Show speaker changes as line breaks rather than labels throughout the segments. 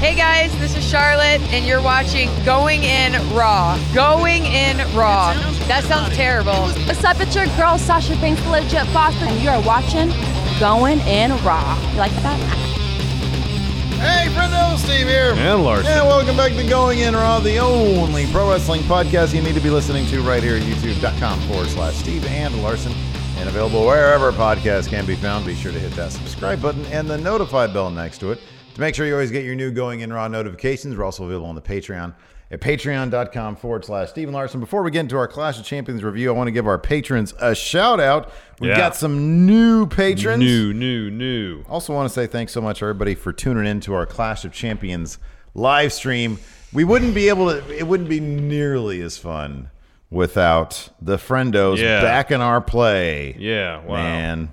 Hey guys, this is Charlotte, and you're watching Going In Raw. Going In Raw. That sounds terrible.
What's up? It's your girl Sasha Banks, the legit boss, and you are watching Going in Raw. You like that?
Hey, Brent Steve here.
And Larson.
And welcome back to Going In Raw, the only pro wrestling podcast you need to be listening to right here at youtube.com forward slash Steve and Larson. And available wherever podcasts can be found. Be sure to hit that subscribe button and the notify bell next to it to make sure you always get your new Going In Raw notifications. We're also available on the Patreon at patreon.com forward slash Steven Larson. Before we get into our Clash of Champions review, I want to give our patrons a shout out. We've
Yeah.
got some new patrons.
New, new, new.
Also, want to say thanks so much, everybody, for tuning in to our Clash of Champions live stream. We wouldn't be able to, it wouldn't be nearly as fun without the friendos
Yeah.
back in our play.
Yeah, wow.
Man.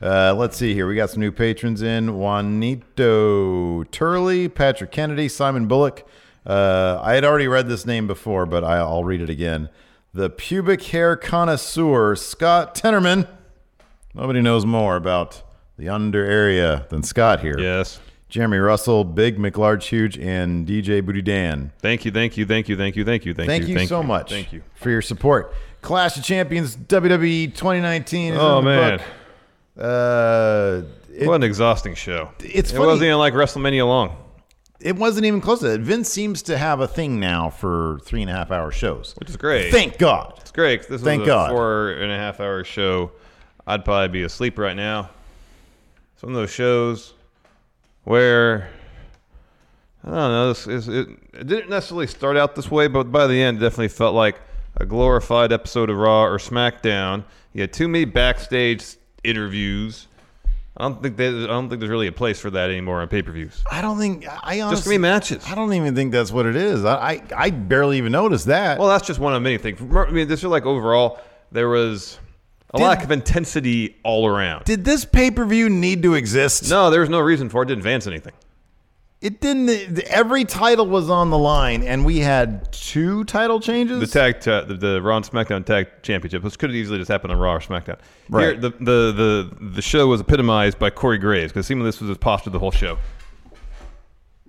Uh, let's see here. We got some new patrons in Juanito Turley, Patrick Kennedy, Simon Bullock. Uh, I had already read this name before, but I, I'll read it again. The pubic hair connoisseur, Scott Tenorman. Nobody knows more about the under area than Scott here.
Yes.
Jeremy Russell, Big McLarge Huge, and DJ Booty Dan.
Thank you, thank you, thank you, thank you, thank you, thank,
Thank you,
you. thank
so much
Thank you.
for your support. Clash of Champions WWE 2019. is
Oh
in the
man,
book. Uh, it,
what an exhausting show!
It's
it
funny-
wasn't even like WrestleMania long.
it wasn't even close to that. Vince seems to have a thing now for three and a half hour shows,
Which is great.
Thank God.
It's great. 'cause This was
Thank
a
God.
four and a half hour show. I'd probably be asleep right now. It's one of those shows where I don't know. This is it, it didn't necessarily start out this way, but by the end, it definitely felt like a glorified episode of Raw or SmackDown. You had too many backstage interviews. I don't think that, I don't think there's really a place for that anymore on pay per views.
I don't think I honestly
Just give me matches.
I don't even think that's what it is. I I, I barely even noticed that.
Well, that's just one of many things. I mean, this is like overall, there was a
Did-
lack of intensity all around.
did this pay per view need to exist?
No, there was no reason for it. It didn't advance anything.
It didn't. Every title was on the line, and we had two title changes.
The tag, ta- the, the Raw and SmackDown tag championship. This could have easily just happened on Raw or SmackDown. Here,
Right.
the, the the the show was epitomized by Corey Graves because it seemed like this was his posture the whole show.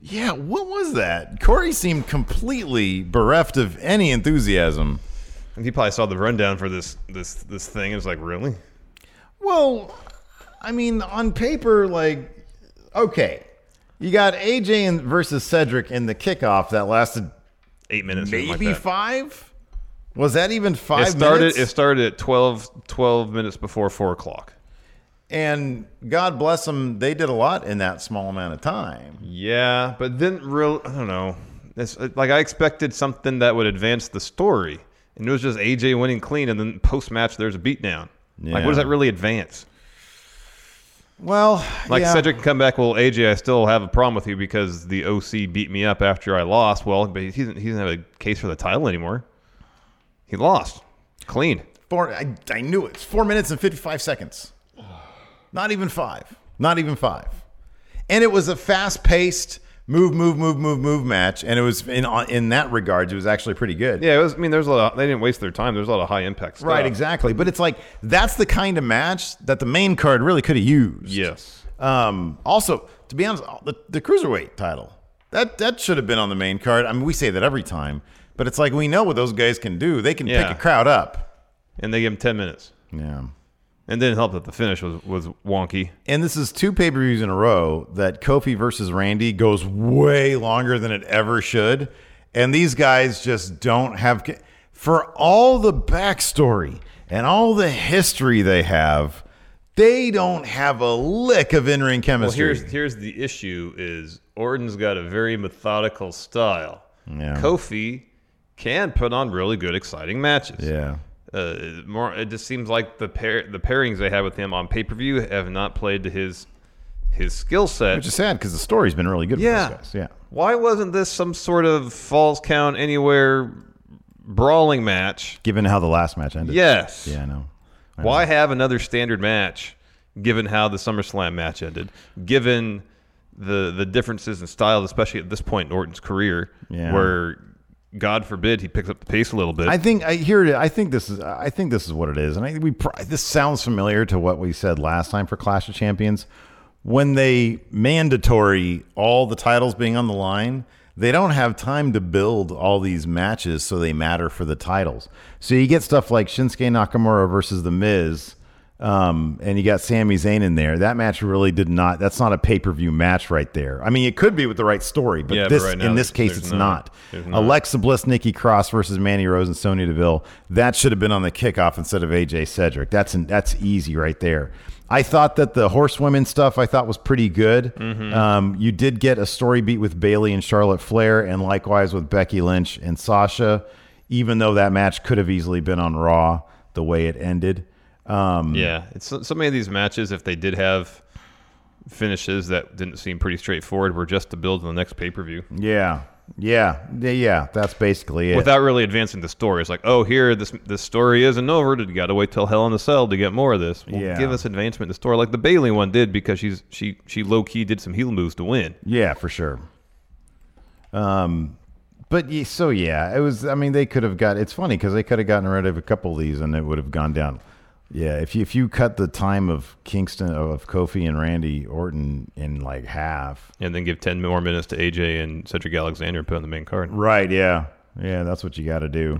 yeah, what was that? Corey seemed completely bereft of any enthusiasm.
And he probably saw the rundown for this this this thing and was like, really?
Well, I mean, on paper, like, okay, you got AJ and versus Cedric in the kickoff that lasted
Eight minutes, or something
maybe
like that.
five. Was that even five
It started.
minutes?
It started at 12, 12 minutes before four o'clock.
and God bless them, they did a lot in that small amount of time.
Yeah, but then real, I don't know. It's uh, like I expected something that would advance the story, and it was just AJ winning clean, and then post match there's a beatdown. Like,
Yeah.
what does that really advance?
Well,
Like
yeah.
Cedric can come back. Well, AJ, I still have a problem with you because the OC beat me up after I lost. Well, but he doesn't, he doesn't have a case for the title anymore. He lost clean.
Four, I, I knew it. It's four minutes and 55 seconds. Not even five. Not even five. And it was a fast paced, move, move, move, move, move match, and it was in in that regards, it was actually pretty good.
Yeah, it was, I mean, there's a lot. Of, they didn't waste their time. There's a lot of high impact stuff.
Right, exactly. But it's like that's the kind of match that the main card really could have used.
Yes.
Um, also, to be honest, the, the cruiserweight title that that should have been on the main card. I mean, we say that every time, but it's like we know what those guys can do. They can
Yeah.
pick a crowd up.
And they gave him 10 minutes.
Yeah.
And didn't help that the finish was, was wonky.
And this is two pay per views in a row that Kofi versus Randy goes way longer than it ever should. And these guys just don't have. For all the backstory and all the history they have, they don't have a lick of in ring
Well,
chemistry.
here's here's the issue: is Orton's got a very methodical style.
Yeah.
Kofi can put on really good, exciting matches.
yeah.
Uh, more, it just seems like the pair the pairings they had with him on pay per view have not played to his his skill set.
Which is sad because the story's been really good
yeah.
for those guys. Yeah.
Why wasn't this some sort of falls count anywhere brawling match?
Given how the last match ended.
Yes.
Yeah, I know. I know.
Why have another standard match given how the SummerSlam match ended? Given the the differences in styles, especially at this point in Orton's career,
Yeah.
where God forbid he picks up the pace a little bit.
I think I hear it. I think this is. I think this is what it is, and I, we. pr- This sounds familiar to what we said last time for Clash of Champions, when they mandatory all the titles being on the line. They don't have time to build all these matches, so they matter for the titles. So you get stuff like Shinsuke Nakamura versus The Miz, um, and you got Sami Zayn in there. That match really did not. That's not a pay per view match right there. I mean, it could be with the right story, but
Yeah, but
this
right now
in this
there's-
case,
there's
it's
no-
not.
there's not.
Alexa Bliss, Nikki Cross versus Manny Rose and Sonya Deville. That should have been on the kickoff instead of AJ Cedric. That's an, that's easy right there. I thought that the horsewomen stuff I thought was pretty good.
Mm-hmm.
Um, you did get a story beat with Bailey and Charlotte Flair, and likewise with Becky Lynch and Sasha. Even though that match could have easily been on Raw, the way it ended. Um,
yeah, it's so, so many of these matches, if they did have finishes that didn't seem pretty straightforward, were just to build on the next pay per view
yeah, yeah, yeah. That's basically it.
without really advancing the story. It's like, oh, here this this story isn't over. You got to wait till Hell in a Cell to get more of this. Well,
Yeah.
give us advancement in the story, like the Bailey one did, because she's she she low key did some heel moves to win.
Yeah, for sure. Um, but ye- so yeah, it was. I mean, they could have got. It's funny because they could have gotten rid of a couple of these, and it would have gone down. Yeah, if you if you cut the time of Kingston of Kofi and Randy Orton in like half.
and then give 10 more minutes to AJ and Cedric Alexander and put on the main card.
Right. Yeah. Yeah, that's what you got to do.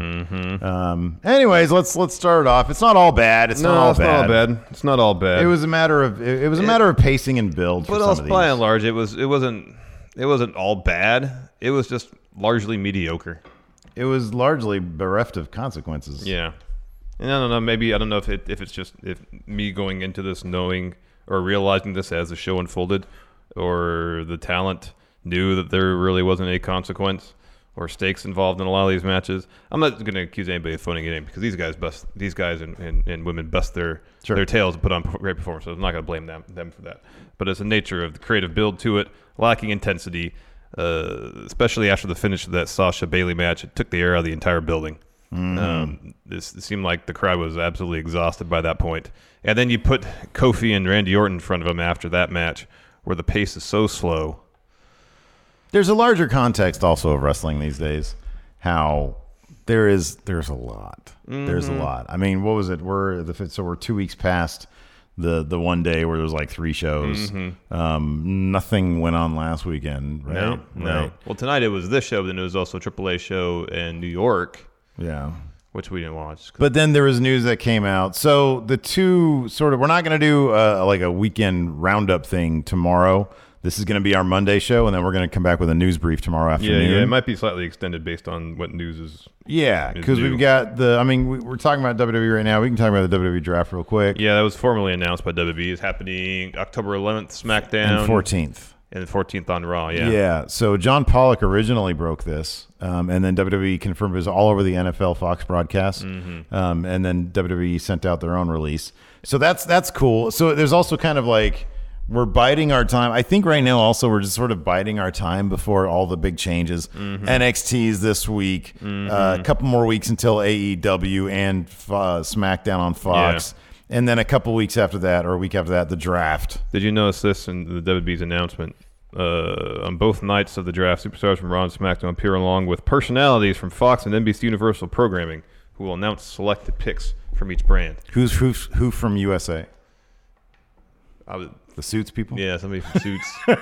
Um, anyways, let's let's start it off. It's not all bad. It's not all bad.
bad. It's not all bad.
It was a matter of it, it was a matter of pacing and build. for
but
some
else
of
by
these.
and large, it was it wasn't it wasn't all bad. It was just largely mediocre.
it was largely bereft of consequences.
Yeah, and I don't know. Maybe I don't know if it if it's just if me going into this knowing or realizing this as the show unfolded, or the talent knew that there really wasn't any consequence or stakes involved in a lot of these matches. I'm not going to accuse anybody of phoning it in because these guys bust these guys and, and, and women bust their
Sure.
their tails to put on great performances. I'm not going to blame them them for that. But it's the nature of the creative build to it, lacking intensity. Uh, especially after the finish of that Sasha Bailey match, it took the air out of the entire building. Um, this it seemed like the crowd was absolutely exhausted by that point. And then you put Kofi and Randy Orton in front of him after that match, where the pace is so slow.
there's a larger context also of wrestling these days how there is there's a lot there's
Mm-hmm.
a lot i mean what was it we're the so we're two weeks past the the one day where there was like three shows
Mm-hmm.
um nothing went on last weekend right
No, no.
right
Well, tonight it was this show, but then it was also a AAA show in New York,
yeah
which we didn't watch.
But then there was news that came out. So the two sort of we're not going to do uh, like a weekend roundup thing tomorrow. This is going to be our Monday show, and then we're going to come back with a news brief tomorrow
yeah,
afternoon.
yeah, it might be slightly extended based on what news is.
Yeah,
is
because
new.
we've got the. I mean, we, we're talking about WWE right now. We can talk about the WWE draft real quick.
Yeah, that was formally announced by WWE. It's happening October 11th, SmackDown,
And fourteenth.
and the 14th on Raw.
Yeah.
Yeah,
So John Pollock originally broke this, um, and then WWE confirmed it was all over the NFL Fox broadcast, um, and then WWE sent out their own release. So that's that's cool. So there's also kind of like we're biding our time. I think right now also we're just sort of biding our time before all the big changes. NXT's this week, uh, a couple more weeks until AEW and uh, SmackDown on Fox. And then a couple weeks after that, or a week after that, the draft.
Did you notice this in the WB's announcement? uh, on both nights of the draft. Superstars from Raw and SmackDown appear along with personalities from Fox and NBC Universal programming, who will announce selected picks from each brand.
Who's who's who from USA?
I would,
The Suits people.
yeah, somebody from Suits.
All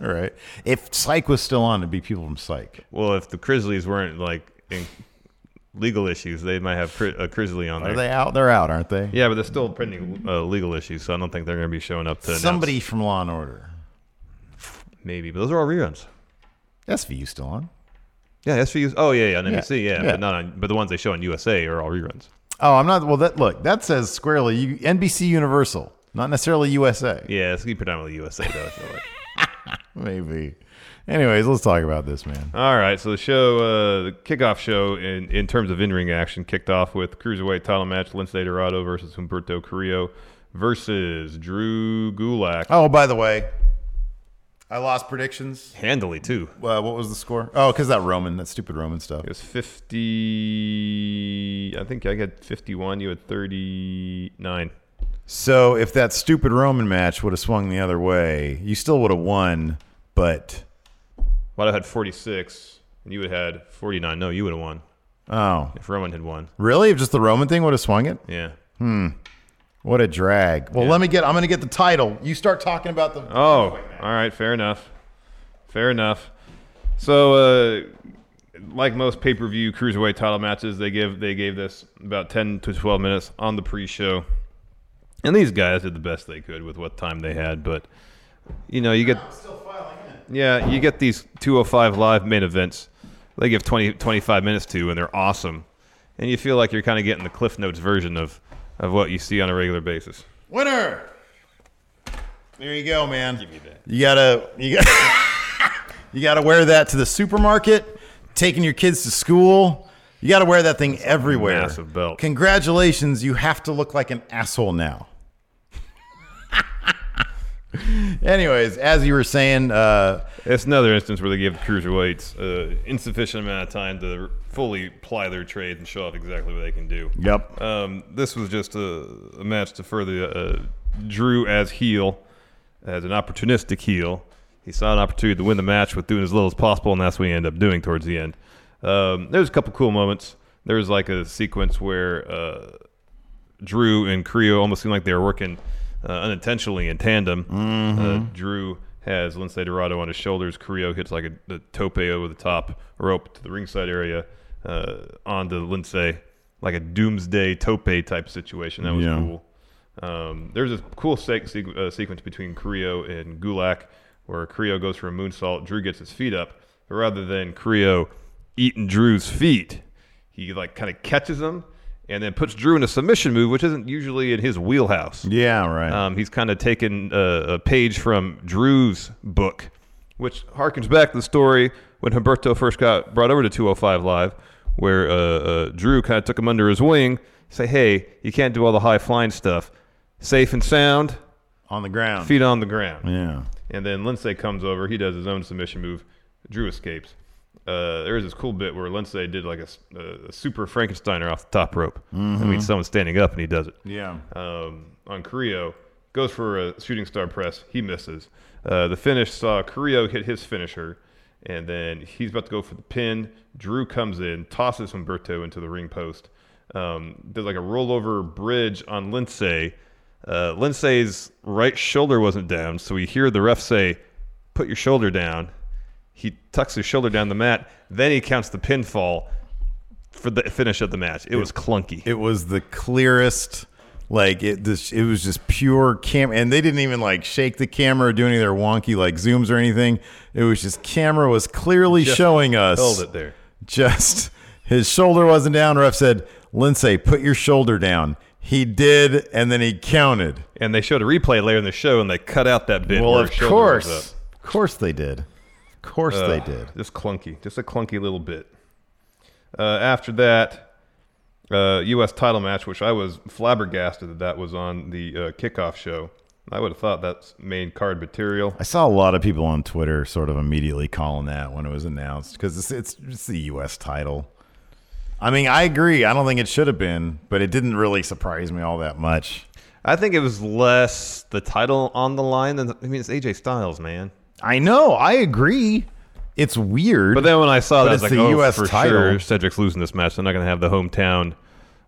right. If Psych was still on, it'd be people from Psych.
well, if the Grizzlies weren't like in legal issues, they might have cri- a Grizzly on
Are
there.
they out? They're out, aren't they?
Yeah, but they're still pending uh, legal issues, so I don't think they're going to be showing up to announce.
Somebody from Law and Order.
Maybe, but those are all reruns.
SVU still on?
Yeah, SVU. Oh yeah, yeah, on NBC. Yeah,
yeah.
but not on. But the ones they show on USA are all reruns.
Oh, I'm not. Well, that look that says squarely you, NBC Universal, not necessarily USA.
Yeah, it's gonna be predominantly USA though. I feel like.
Maybe. Anyways, let's talk about this man.
All right, so the show, uh, the kickoff show in, in terms of in-ring action, kicked off with cruiserweight title match: Lince Dorado versus Humberto Carrillo versus Drew Gulak.
Oh, by the way, I lost predictions.
Handily too.
Uh, what was the score? Oh, because that Roman, that stupid Roman stuff.
It was fifty. I think I had fifty-one. You had thirty-nine.
So if that stupid Roman match would have swung the other way, you still would have won. But
Might have had forty-six, and you would have had forty-nine. No, you would have won
oh,
if Roman had won.
really? If just the Roman thing would have swung it?
Yeah.
What a drag. Well, let me get. I'm gonna get the title. You start talking about the.
Oh, all right, fair enough. Fair enough. So, uh, like most pay-per-view cruiserweight title matches, they give they gave this about 10 to 12 minutes on the pre-show, and these guys did the best they could with what time they had. But you know, you get yeah, you get these 205 live main events. They give 20 25 minutes to, and they're awesome, and you feel like you're kind of getting the Cliff Notes version of of what you see on a regular basis.
Winner. There you go, man. Give me that. You gotta you got you gotta wear that to the supermarket, taking your kids to school. You gotta wear that thing everywhere.
massive belt.
Congratulations, you have to look like an asshole now. Anyways, as you were saying, uh,
It's another instance where they give cruiserweights uh, insufficient amount of time to fully ply their trade and show off exactly what they can do.
yep,
Um, this was just a, a match to further uh, Drew as heel, as an opportunistic heel. He saw an opportunity to win the match with doing as little as possible, and that's what he ended up doing towards the end. Um, there's a couple cool moments. There was like a sequence where uh, Drew and Creo almost seemed like they were working uh, unintentionally in tandem. Uh, Drew has Lince Dorado on his shoulders. Creo hits like a, a tope over the top rope to the ringside area uh, onto Lince, like a doomsday tope type situation. That was
Yeah.
cool. Um, there's a cool se- se- uh, sequence between Creo and Gulak where Creo goes for a moonsault. Drew gets his feet up. But rather than Creo eating Drew's feet, he like kind of catches him and then puts Drew in a submission move, which isn't usually in his wheelhouse.
yeah, right.
Um, he's kind of taken a, a page from Drew's book, which harkens back to the story when Humberto first got brought over to 205 Live, where uh, uh, Drew kind of took him under his wing, say, hey, you can't do all the high flying stuff. Safe and sound,
on the ground.
feet on the ground.
Yeah.
And then Lindsay comes over. He does his own submission move. Drew escapes. Uh, there is this cool bit where Lindsay did like a, s- a- a super Frankensteiner off the top rope. I
Mm-hmm.
mean, someone's standing up and he does it.
Yeah.
Um, on Carrillo, goes for a shooting star press. He misses. Uh, the finish saw Carrillo hit his finisher, and then he's about to go for the pin. Drew comes in, tosses Humberto into the ring post. Um, did like a rollover bridge on Lindsay. Uh, Lindsay's right shoulder wasn't down, so we hear the ref say, "Put your shoulder down." He tucks his shoulder down the mat. Then he counts the pinfall for the finish of the match. It was clunky.
It was the clearest. Like it, this, it was just pure cam, and they didn't even like shake the camera or do any of their wonky like zooms or anything. It was just camera was clearly
Just
showing us
held it there.
Just his shoulder wasn't down. Ref said, "Lindsay, put your shoulder down." He did, and then he counted.
And they showed a replay later in the show, and they cut out that bit.
well,
where
of
his shoulder was
course, of course they did. Of course they
up.
did.
Just clunky, just a clunky little bit. Uh, after that, uh, U.S. title match, which I was flabbergasted that that was on the uh, kickoff show. I would have thought that's main card material.
I saw a lot of people on Twitter sort of immediately calling that when it was announced because it's, it's it's the U.S. title. I mean, I agree. I don't think it should have been, but it didn't really surprise me all that much.
I think it was less the title on the line than I mean it's AJ Styles, man.
I know. I agree. It's weird.
But then when I
But
saw that, I was
it's
like,
the
oh,
US
for
title."
sure, Cedric's losing this match. They're not going to have the hometown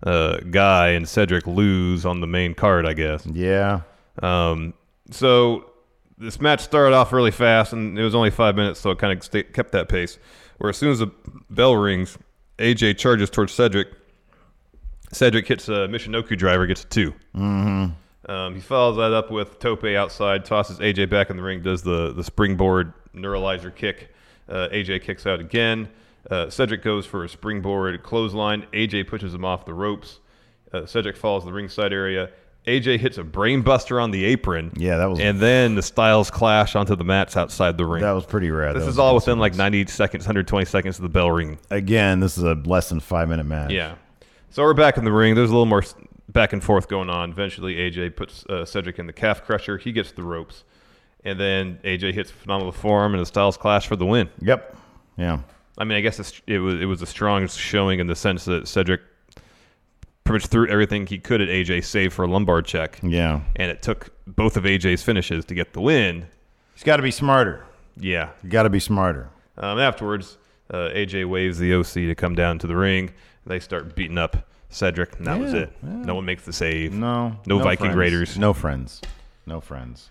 uh, guy and Cedric lose on the main card, I guess.
yeah.
Um, so this match started off really fast, and it was only five minutes, so it kind of sta kept that pace. Where as soon as the bell rings, AJ charges towards Cedric. Cedric hits a Mishinoku driver, gets a 2 Mm-hmm. Um, he follows that up with Tope outside, tosses AJ back in the ring, does the, the springboard neuralizer kick. Uh, AJ kicks out again. Uh, Cedric goes for a springboard clothesline. AJ pushes him off the ropes. Uh, Cedric falls to the ringside area. AJ hits a brainbuster on the apron.
Yeah, that was-
And then the styles clash onto the mats outside the ring.
That was pretty rad. That
This is
was
all
awesome.
within like 90 seconds, 120 seconds of the bell ringing.
Again, this is a less than five minute match.
Yeah. So we're back in the ring. There's a little more s- back and forth going on. Eventually, AJ puts uh, Cedric in the calf crusher. He gets the ropes. And then AJ hits phenomenal form and the Styles clash for the win.
Yep. Yeah.
I mean, I guess it's, it was it was a strong showing in the sense that Cedric pretty much threw everything he could at AJ, save for a lumbar check.
Yeah.
And it took both of AJ's finishes to get the win.
He's got to be smarter.
Yeah.
You got to be smarter.
Um, afterwards, uh, AJ waves the OC to come down to the ring. They start beating up Cedric, and that was
Yeah,
it. No one makes the save.
No.
No, Viking
friends.
Raiders.
No friends. No friends.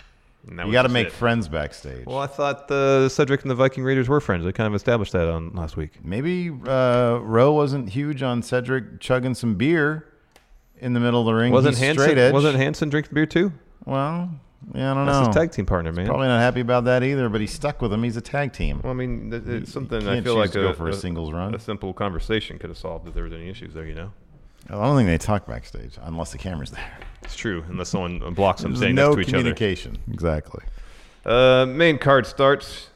And that
You
was
got to
just
make
it.
friends backstage.
Well, I thought the Cedric and the Viking Raiders were friends. They kind of established that on last week.
Maybe uh, Roe wasn't huge on Cedric chugging some beer in the middle of the ring.
Wasn't
He's straight edge.
Hanson? Wasn't Hanson drinking beer too?
Well, yeah, I don't
That's
know.
his tag team partner, man.
Probably not happy about that either, but he's stuck with him. He's a tag team.
Well, I mean, th- it's something I
can't
feel
choose
like
to go for a singles run.
A simple conversation could have solved if there was any issues there. You know,
I don't think they talk backstage unless the camera's there.
it's true unless someone blocks them
There's
saying
no
next to each other.
communication. Exactly.
Uh, main card starts.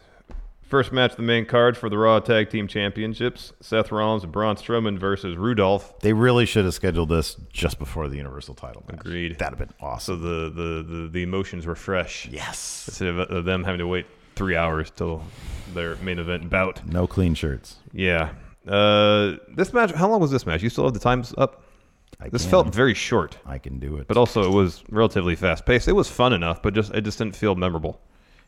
First match of the main card for the Raw Tag Team Championships: Seth Rollins and Braun Strowman versus Rudolph.
They really should have scheduled this just before the Universal title. match.
Agreed.
That'd have been
So
awesome.
the the the, the emotions were fresh.
yes.
Instead of uh, them having to wait three hours till their main event bout.
No clean shirts.
Yeah. Uh, this match. How long was this match? You still have the times up.
I
This
can.
felt very short.
I can do it.
but also it was relatively fast paced. It was fun enough, but just it just didn't feel memorable.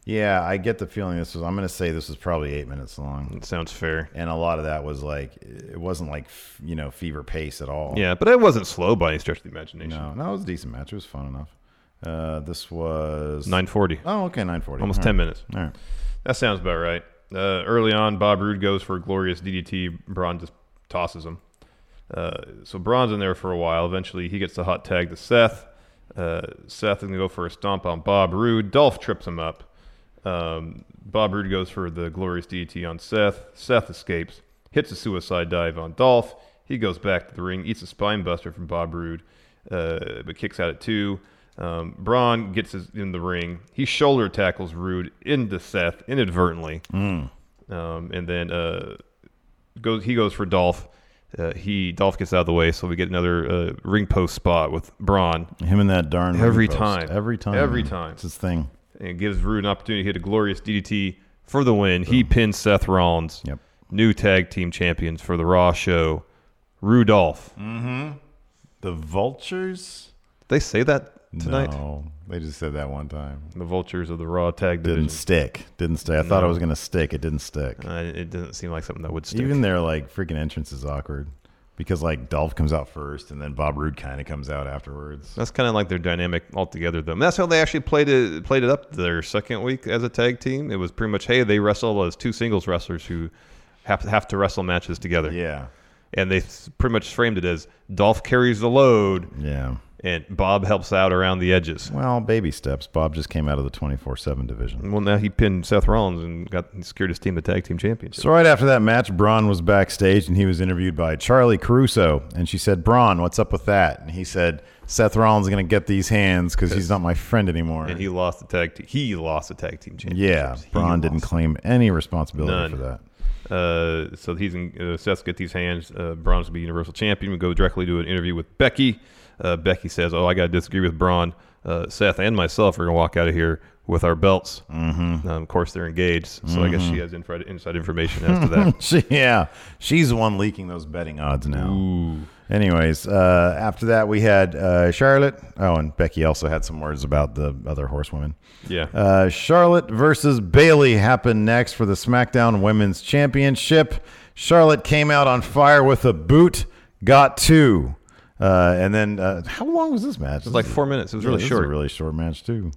yeah, I get the feeling this was. I'm going to say this was probably eight minutes long,
It sounds fair.
and a lot of that was like it wasn't like f- you know fever pace at all.
Yeah, but it wasn't slow by any stretch of the imagination.
No, no, it was a decent match. It was fun enough. Uh, this was
Nine forty,
Oh, okay, nine forty.
almost ten minutes.
All right.
That sounds about right. Uh, early on, Bob Roode goes for a glorious DDT. Braun just tosses him. Uh, so Braun's in there for a while. Eventually, he gets the hot tag to Seth. Uh, Seth is going to go for a stomp on Bob Roode. Dolph trips him up. Um, Bob Roode goes for the glorious DDT on Seth. Seth escapes, hits a suicide dive on Dolph. He goes back to the ring, eats a spine buster from Bob Roode, uh, but kicks out at two. Um, Braun gets his, in the ring. He shoulder tackles Roode into Seth inadvertently. Um, and then uh, goes he goes for Dolph. Uh, he Dolph gets out of the way, so we get another uh, ring post spot with Braun,
Him and that darn ring
Every
post.
time.
Every time.
Every time.
It's his thing.
and gives Rude an opportunity to hit a glorious DDT for the win. He pins Seth Rollins,
Yep.
new tag team champions for the Raw show. Rudolph.
Mm. The vultures.
Did they say that tonight?
No, they just said that one time.
The Vultures of the Raw tag
Didn't
division.
stick. Didn't stay. I thought it was gonna stick. It didn't stick.
Uh, it doesn't seem like something that would stick.
Even their like freaking entrance is awkward because like Dolph comes out first and then Bob Roode kind of comes out afterwards.
That's kind of like their dynamic altogether, though. And that's how they actually played it played it up their second week as a tag team. It was pretty much, hey, they wrestle as two singles wrestlers who have have to wrestle matches together.
Yeah.
And they s- pretty much framed it as Dolph carries the load
Yeah.
and Bob helps out around the edges.
Well, baby steps. Bob just came out of the 24 7 division.
Well, now he pinned Seth Rollins and got secured his team the tag team championship.
So right after that match, Braun was backstage and he was interviewed by Charlie Caruso, and she said, "Braun, what's up with that?" And he said, "Seth Rollins is going to get these hands because he's not my friend anymore."
And he lost the tag. Te- he lost the tag team championship.
yeah, Braun didn't claim any responsibility
None.
for that.
Uh, so he's in, uh, Seth's get these hands. Uh, Braun's to be Universal Champion. We go directly to an interview with Becky. Uh, Becky says, "Oh, I got to disagree with Braun. Uh, Seth and myself are gonna walk out of here with our belts. Mm-hmm. of course, they're engaged, so I guess
Mm-hmm.
she has inside, inside information as to that.
She, yeah, she's the one leaking those betting odds now. Anyways, uh, after that we had uh, Charlotte. Oh, and Becky also had some words about the other horsewomen.
Yeah.
Uh, Charlotte versus Bailey happened next for the SmackDown Women's Championship. Charlotte came out on fire with a boot, got two, uh, and then uh, how long was this match? It
was like four minutes. It was really short.
a really short match too.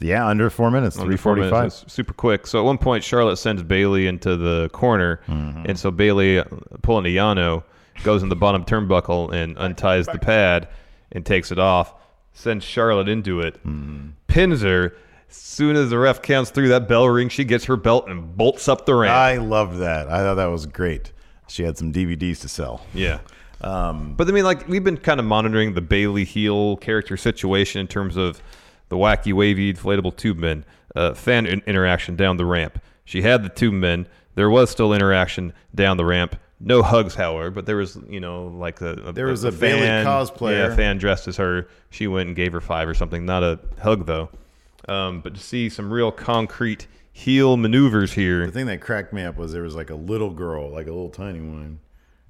Yeah, under four minutes.
Under
Three
four minutes,
forty-five.
it was Super quick. So at one point, Charlotte sends Bailey into the corner,
Mm-hmm.
and so Bailey uh, pulling a Yano goes in the bottom turnbuckle and unties the pad and takes it off. Sends Charlotte into it,
Mm-hmm.
pins her. Soon as the ref counts through that bell ring, she gets her belt and bolts up the ramp.
I love that. I thought that was great. She had some DVDs to sell.
Yeah. Um, but I mean, like we've been kind of monitoring the Bailey heel character situation in terms of the wacky, wavy, inflatable tube men uh, fan in- interaction down the ramp. She had the tube men. There was still interaction down the ramp. No hugs, however, but there was, you know, like a, a
There was a Bailey
fan,
cosplayer.
Yeah, a fan dressed as her. She went and gave her five or something. Not a hug though. Um, but to see some real concrete heel maneuvers here.
The thing that cracked me up was there was like a little girl, like a little tiny one,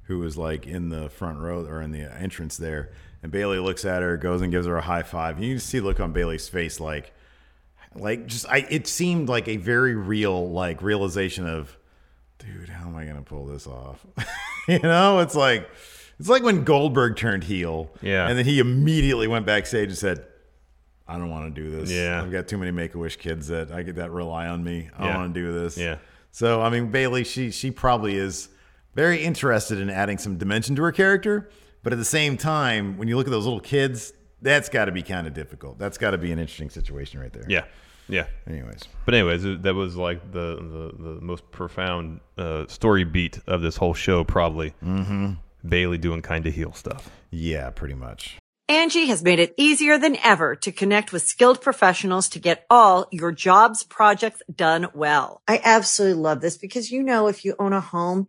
who was like in the front row or in the entrance there. And Bailey looks at her, goes and gives her a high five. You can see the look on Bailey's face, like, like just I. It seemed like a very real like realization of, dude, how am I gonna pull this off? you know, it's like, it's like when Goldberg turned heel,
Yeah.
and then he immediately went backstage and said. I don't want to do this.
Yeah.
I've got too many Make a Wish kids that I get that rely on me. I
Yeah.
don't want to do this.
Yeah.
So I mean, Bailey, she she probably is very interested in adding some dimension to her character, but at the same time, when you look at those little kids, that's got to be kind of difficult. That's got to be an interesting situation right there.
Yeah, yeah.
Anyways,
But anyways, it- that was like the the, the most profound uh, story beat of this whole show, probably. Mm-hmm. Bailey doing kind of heel stuff.
yeah, pretty much.
Angie has made it easier than ever to connect with skilled professionals to get all your jobs projects done well. I absolutely love this because, you know, if you own a home,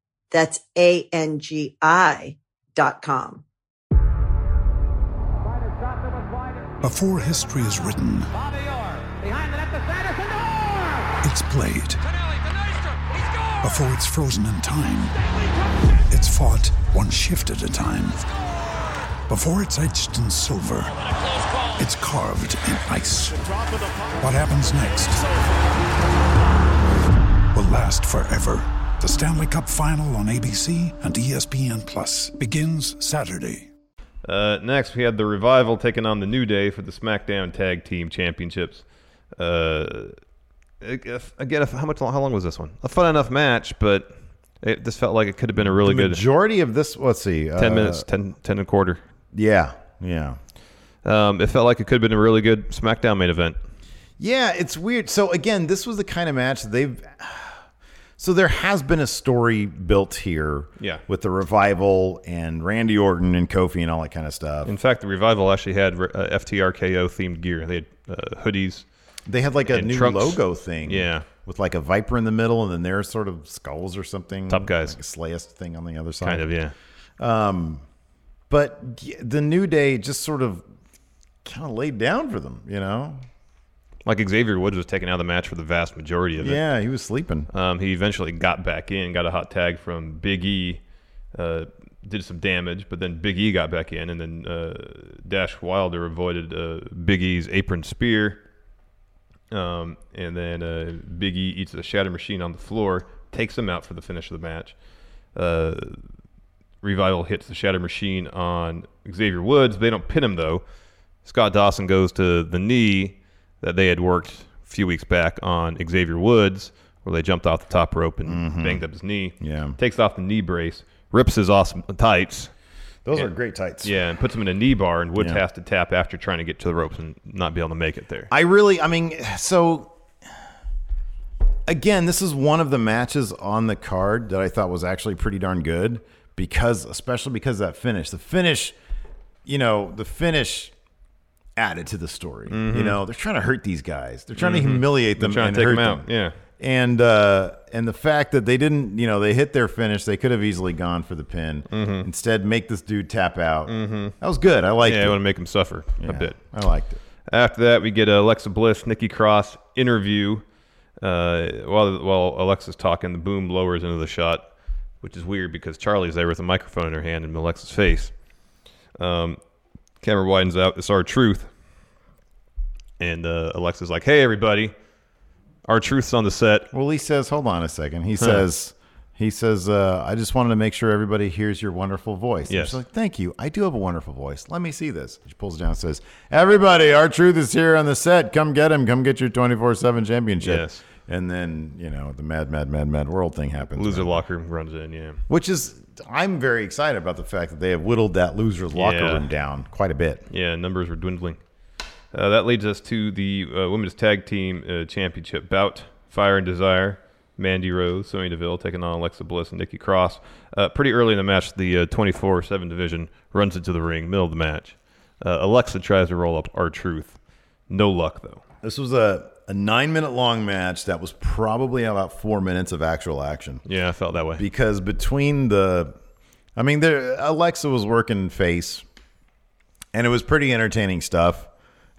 That's A-N-G-I dot com.
Before history is written, it's played. Before it's frozen in time, it's fought one shift at a time. Before it's etched in silver, it's carved in ice. What happens next will last forever. The Stanley Cup Final on ABC and E ESPN Plus begins Saturday.
Uh, next, we had the revival taking on the New Day for the SmackDown Tag Team Championships. Uh, if- again, if, how much long, how long was this one? A fun enough match, but it just felt like it could have been a really
The
good
majority of this, let's see, uh,
ten minutes, 10, 10 and a quarter.
Yeah, yeah.
Um, it felt like it could have been a really good SmackDown main event.
Yeah, it's weird. So again, this was the kind of match they've. So there has been a story built here,
Yeah.
with the revival and Randy Orton and Kofi and all that kind of stuff.
In fact, the revival actually had uh, FTRKO themed gear. They had uh, hoodies.
They had like a
And
new
trunks.
logo thing.
Yeah.
With like a viper in the middle and then their sort of skulls or something.
Top guys.
Like a slayest thing on the other side.
Kind of, yeah.
But y- the New Day just sort of kind of laid down for them, you know?
Like Xavier Woods was taken out of the match for the vast majority of it.
Yeah, he was sleeping.
Um, he eventually got back in, got a hot tag from Big E, uh, did some damage, but then Big E got back in, and then uh, Dash Wilder avoided uh, Big E's apron spear. Um, and then uh, Big E eats the Shatter Machine on the floor, takes him out for the finish of the match. Uh, Revival hits the Shatter Machine on Xavier Woods. They don't pin him though. Scott Dawson goes to the knee that they had worked a few weeks back on Xavier Woods, where they jumped off the top rope and banged up his knee.
Yeah.
takes off the knee brace, rips his awesome tights.
Those are great tights.
Yeah, and puts him in a knee bar, and Woods
Yeah.
has to tap after trying to get to the ropes and not be able to make it there.
I really, I mean, so again, this is one of the matches on the card that I thought was actually pretty darn good because, especially because of that finish. The finish, you know, the finish added to the story. You know, they're trying to hurt these guys. They're trying to humiliate them.
Mm-hmm. trying
and
to take
hurt
them out, yeah.
And uh, and the fact that they didn't, you know, they hit their finish. They could have easily gone for the pin. Instead, make this dude tap out. That was good. I liked
Mm-hmm. yeah, I
it.
want to make him suffer a
Yeah,
bit.
I liked it.
After that, we get a Alexa Bliss, Nikki Cross interview. Uh, while while Alexa's talking, the boom lowers into the shot, which is weird because Charlie's there with a microphone in her hand in Alexa's face. Um, camera widens out. It's our truth, and uh, Alexa's like, "Hey, everybody, our truth's on the set."
Well, he says, hold on a second. He says, he says, uh, I just wanted to make sure everybody hears your wonderful voice. And
Yes.
she's like, thank you. I do have a wonderful voice. Let me see this. She pulls it down and says, everybody, our truth is here on the set. Come get him. Come get your 24 7 championship.
Yes.
And then, you know, the mad, mad, mad, mad world thing happens.
Loser
man.
locker room runs in. Yeah.
Which is, I'm very excited about the fact that they have whittled that loser's locker
Yeah.
room down quite a bit.
Yeah, numbers were dwindling. Uh, that leads us to the uh, women's tag team uh, championship bout. Fire and Desire, Mandy Rose, Sonya Deville taking on Alexa Bliss and Nikki Cross. Uh, pretty early in the match, the 24 7 division runs into the ring, middle of the match. Uh, Alexa tries to roll up our Truth. No luck, though.
This was a, a nine minute long match that was probably about four minutes of actual action.
Yeah, I felt that way.
because between the I mean there Alexa was working face and it was pretty entertaining stuff.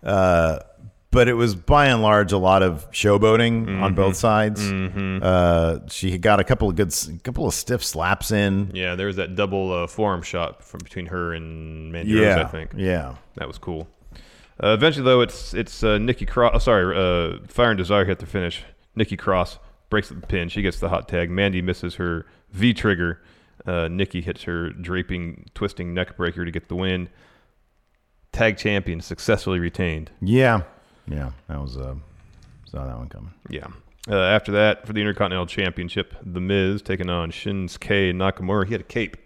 Uh but it was by and large a lot of showboating
Mm-hmm.
on both sides. Uh, she got a couple of good, s- couple of stiff slaps in.
yeah, there was that double uh, forearm shot from between her and Mandy Rose, I think.
yeah.
That was cool. Uh, eventually, though, it's it's uh, Nikki Cross. Oh, sorry, uh, Fire and Desire hit the finish. Nikki Cross breaks the pin. She gets the hot tag. Mandy misses her V trigger. Uh, Nikki hits her draping, twisting neck breaker to get the win. Tag champion successfully retained.
yeah, yeah. That was uh, saw that one coming.
Yeah. Uh, after that, for the Intercontinental Championship, The Miz taking on Shinsuke Nakamura. He had a cape,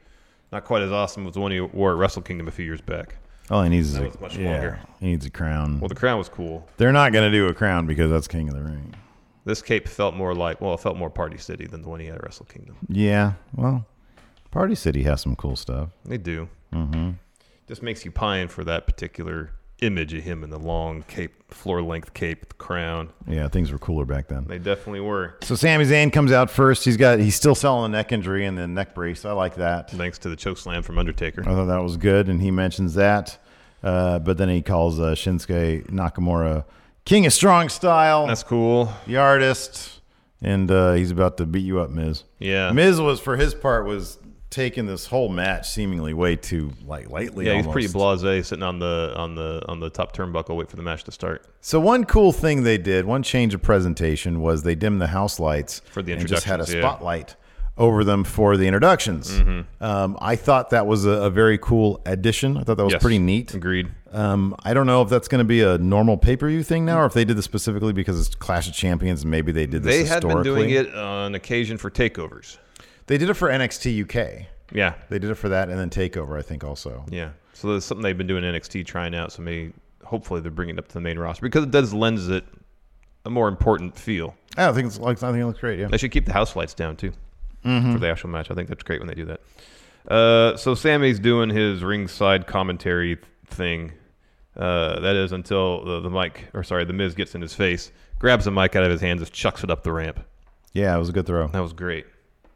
not quite as awesome as the one he wore at Wrestle Kingdom a few years back.
All he needs is
That was
a,
much
yeah,
longer.
He needs a crown.
Well, the crown was cool.
They're not gonna do a crown because that's King of the Ring.
This cape felt more like, well, it felt more Party City than the one he had at Wrestle Kingdom.
Yeah, well, Party City has some cool stuff.
They do. Mm-hmm. Just makes you pine for that particular image of him in the long cape, floor length cape, the crown.
Yeah, things were cooler back then.
They definitely were,
So Sami Zayn comes out first. He's got he's still selling the neck injury and the neck brace. I like that.
thanks to the choke slam from Undertaker.
I thought that was good, and he mentions that. Uh, but then he calls uh, Shinsuke Nakamura King of Strong Style,
That's cool.
the artist, and uh, he's about to beat you up, Miz.
Yeah.
Miz was for his part was taking this whole match seemingly way too like lightly.
Yeah, he's
almost.
pretty blasé, sitting on the on the on the top turnbuckle, wait for the match to start.
So one cool thing they did, one change of presentation was they dimmed the house lights
For the
and just had a
introductions, yeah.
spotlight over them for the introductions.
Mm-hmm.
Um, I thought that was a, a very cool addition. I thought that was
Yes.
pretty neat.
Agreed.
Um, I don't know if that's going to be a normal pay per view thing
Mm.
now, or if they did this specifically because it's Clash of Champions. and Maybe they did this.
They had been doing
historically.
it on occasion for takeovers.
They did it for NXT UK.
Yeah,
They did it for that, and then Takeover. I think also.
yeah. So there's something they've been doing in NXT trying out. So maybe hopefully they're bringing it up to the main roster because it does lends it a more important feel.
Yeah, I think it's like I think it looks great. Yeah.
They should keep the house lights down too for the actual match. I think that's great when they do that. Uh, so Sammy's doing his ringside commentary thing. Uh, that is until the, the mic, or sorry, the Miz gets in his face, grabs the mic out of his hands, just chucks it up the ramp.
Yeah, it was a good throw.
That was great.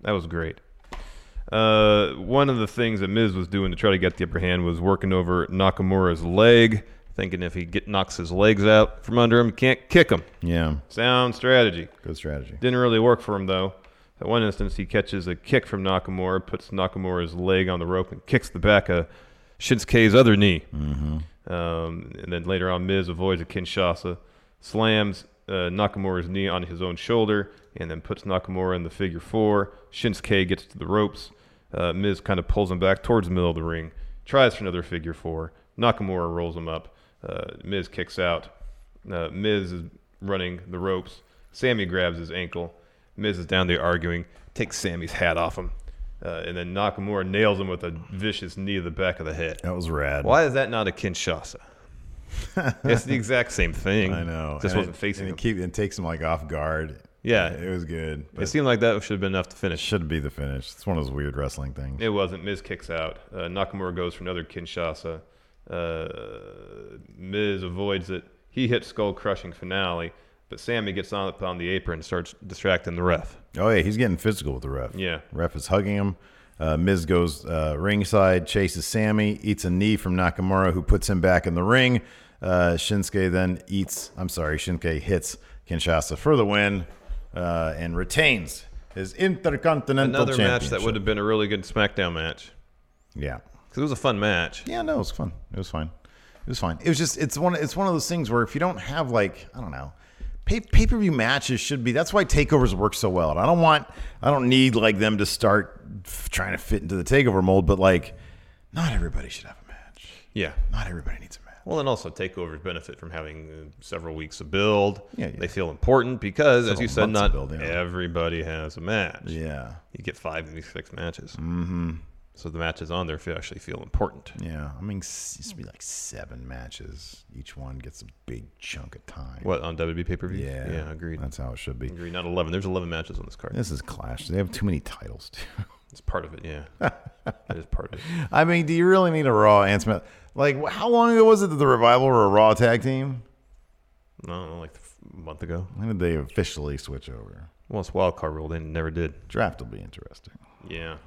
That was great. Uh, one of the things that Miz was doing to try to get the upper hand was working over Nakamura's leg, thinking if he get, knocks his legs out from under him, he can't kick him.
Yeah,
Sound strategy.
good strategy.
Didn't really work for him though. At one instance, he catches a kick from Nakamura, puts Nakamura's leg on the rope, and kicks the back of Shinsuke's other knee. Mm-hmm. Um, and then later on, Miz avoids a Kinshasa, slams uh, Nakamura's knee on his own shoulder, and then puts Nakamura in the figure four. Shinsuke gets to the ropes. Uh, Miz kind of pulls him back towards the middle of the ring, tries for another figure four. Nakamura rolls him up. Uh, Miz kicks out. Uh, Miz is running the ropes. Sammy grabs his ankle. Miz is down there arguing, takes Sammy's hat off him, uh, and then Nakamura nails him with a vicious knee to the back of the head.
That was rad.
Why is that not a Kinshasa? it's the exact same thing.
I know.
Just
And
wasn't
it,
facing
and
him.
it, keep, it takes him like off guard.
Yeah.
It was good.
it
But it
seemed like that should have been enough to finish.
should be the finish. It's one of those weird wrestling things.
It wasn't. Miz kicks out. Uh, Nakamura goes for another Kinshasa. Uh, Miz avoids it. He hits skull crushing finale, but Sammy gets on up on the apron and starts distracting the ref.
Oh yeah, he's getting physical with the ref.
Yeah.
ref is hugging him. Uh, Miz goes uh, ringside, chases Sammy, eats a knee from Nakamura, who puts him back in the ring. Uh, Shinsuke then eats. I'm sorry, Shinsuke hits Kinshasa for the win uh, and retains his intercontinental
Another match that
championship.
would have been a really good SmackDown match
yeah.
because it was a fun match.
Yeah, no, it was fun. It was fine. It was fine. It was just it's one it's one of those things where if you don't have like I don't know pay pay per view matches should be that's why takeovers work so well. And I don't want I don't need like them to start f- trying to fit into the takeover mold, but like not everybody should have a match.
Yeah.
Not everybody needs a match.
Well, and also takeovers benefit from having uh, several weeks of build.
Yeah, yeah.
They feel important because, as
Several
you said,
months
not
of build, yeah.
everybody has a match.
Yeah,
You get five maybe six matches. Mm-hmm. So the matches on there feel, actually feel important.
yeah. I mean, s- it should be like seven matches. Each one gets a big chunk of time.
What on WWE pay per view?
Yeah,
yeah, agreed.
That's how it should be.
Agreed. Not eleven. There's eleven matches on this card.
This is Clash. They have too many titles too.
It's part of it. Yeah, that is part of it.
I mean, do you really need a Raw and Smack? Like, wh- how long ago was it that the Revival were a Raw tag team?
No, like a month ago.
When did they officially switch over?
Well, it's wild card rule. They never did.
Draft will be interesting.
Yeah,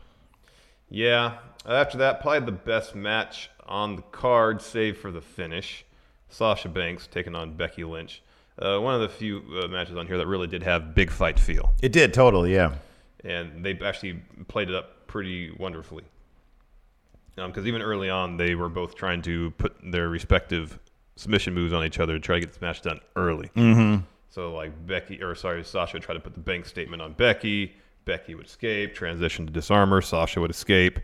yeah. After that, probably the best match on the card, save for the finish. Sasha Banks taking on Becky Lynch. Uh, one of the few uh, matches on here that really did have big fight feel.
It did totally, yeah.
and they actually played it up pretty wonderfully. Because even early on, they were both trying to put their respective submission moves on each other to try to get this match done early. Mm-hmm. So like Becky, or sorry, Sasha tried to put the bank statement on Becky. Becky would escape, transition to disarmer. Sasha would escape,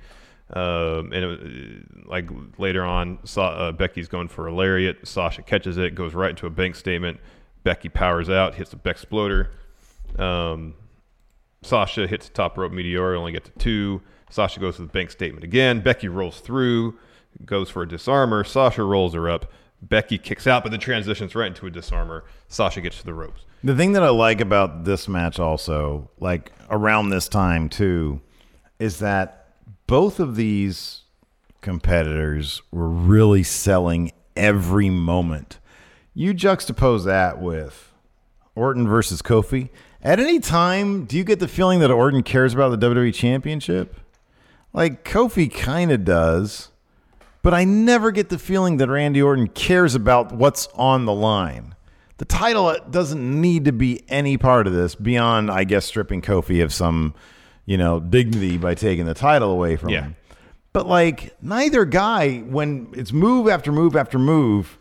um, and it, was- like later on, Sa- uh, Becky's going for a lariat. Sasha catches it, goes right into a bank statement. Becky powers out, hits the Beck exploder. Um, Sasha hits the top rope meteor, only gets to two. Sasha goes to the bank statement again. Becky rolls through, goes for a disarmer. Sasha rolls her up. Becky kicks out, but the transitions right into a disarmer. Sasha gets to the ropes.
The thing that I like about this match also, like around this time too, is that both of these competitors were really selling every moment. You juxtapose that with Orton versus Kofi. At any time, do you get the feeling that Orton cares about the WWE Championship? Like Kofi kind of does, but I never get the feeling that Randy Orton cares about what's on the line. The title uh, doesn't need to be any part of this beyond, I guess, stripping Kofi of some, you know, dignity by taking the title away from
Yeah.
him. But like neither guy, when it's move after move after move,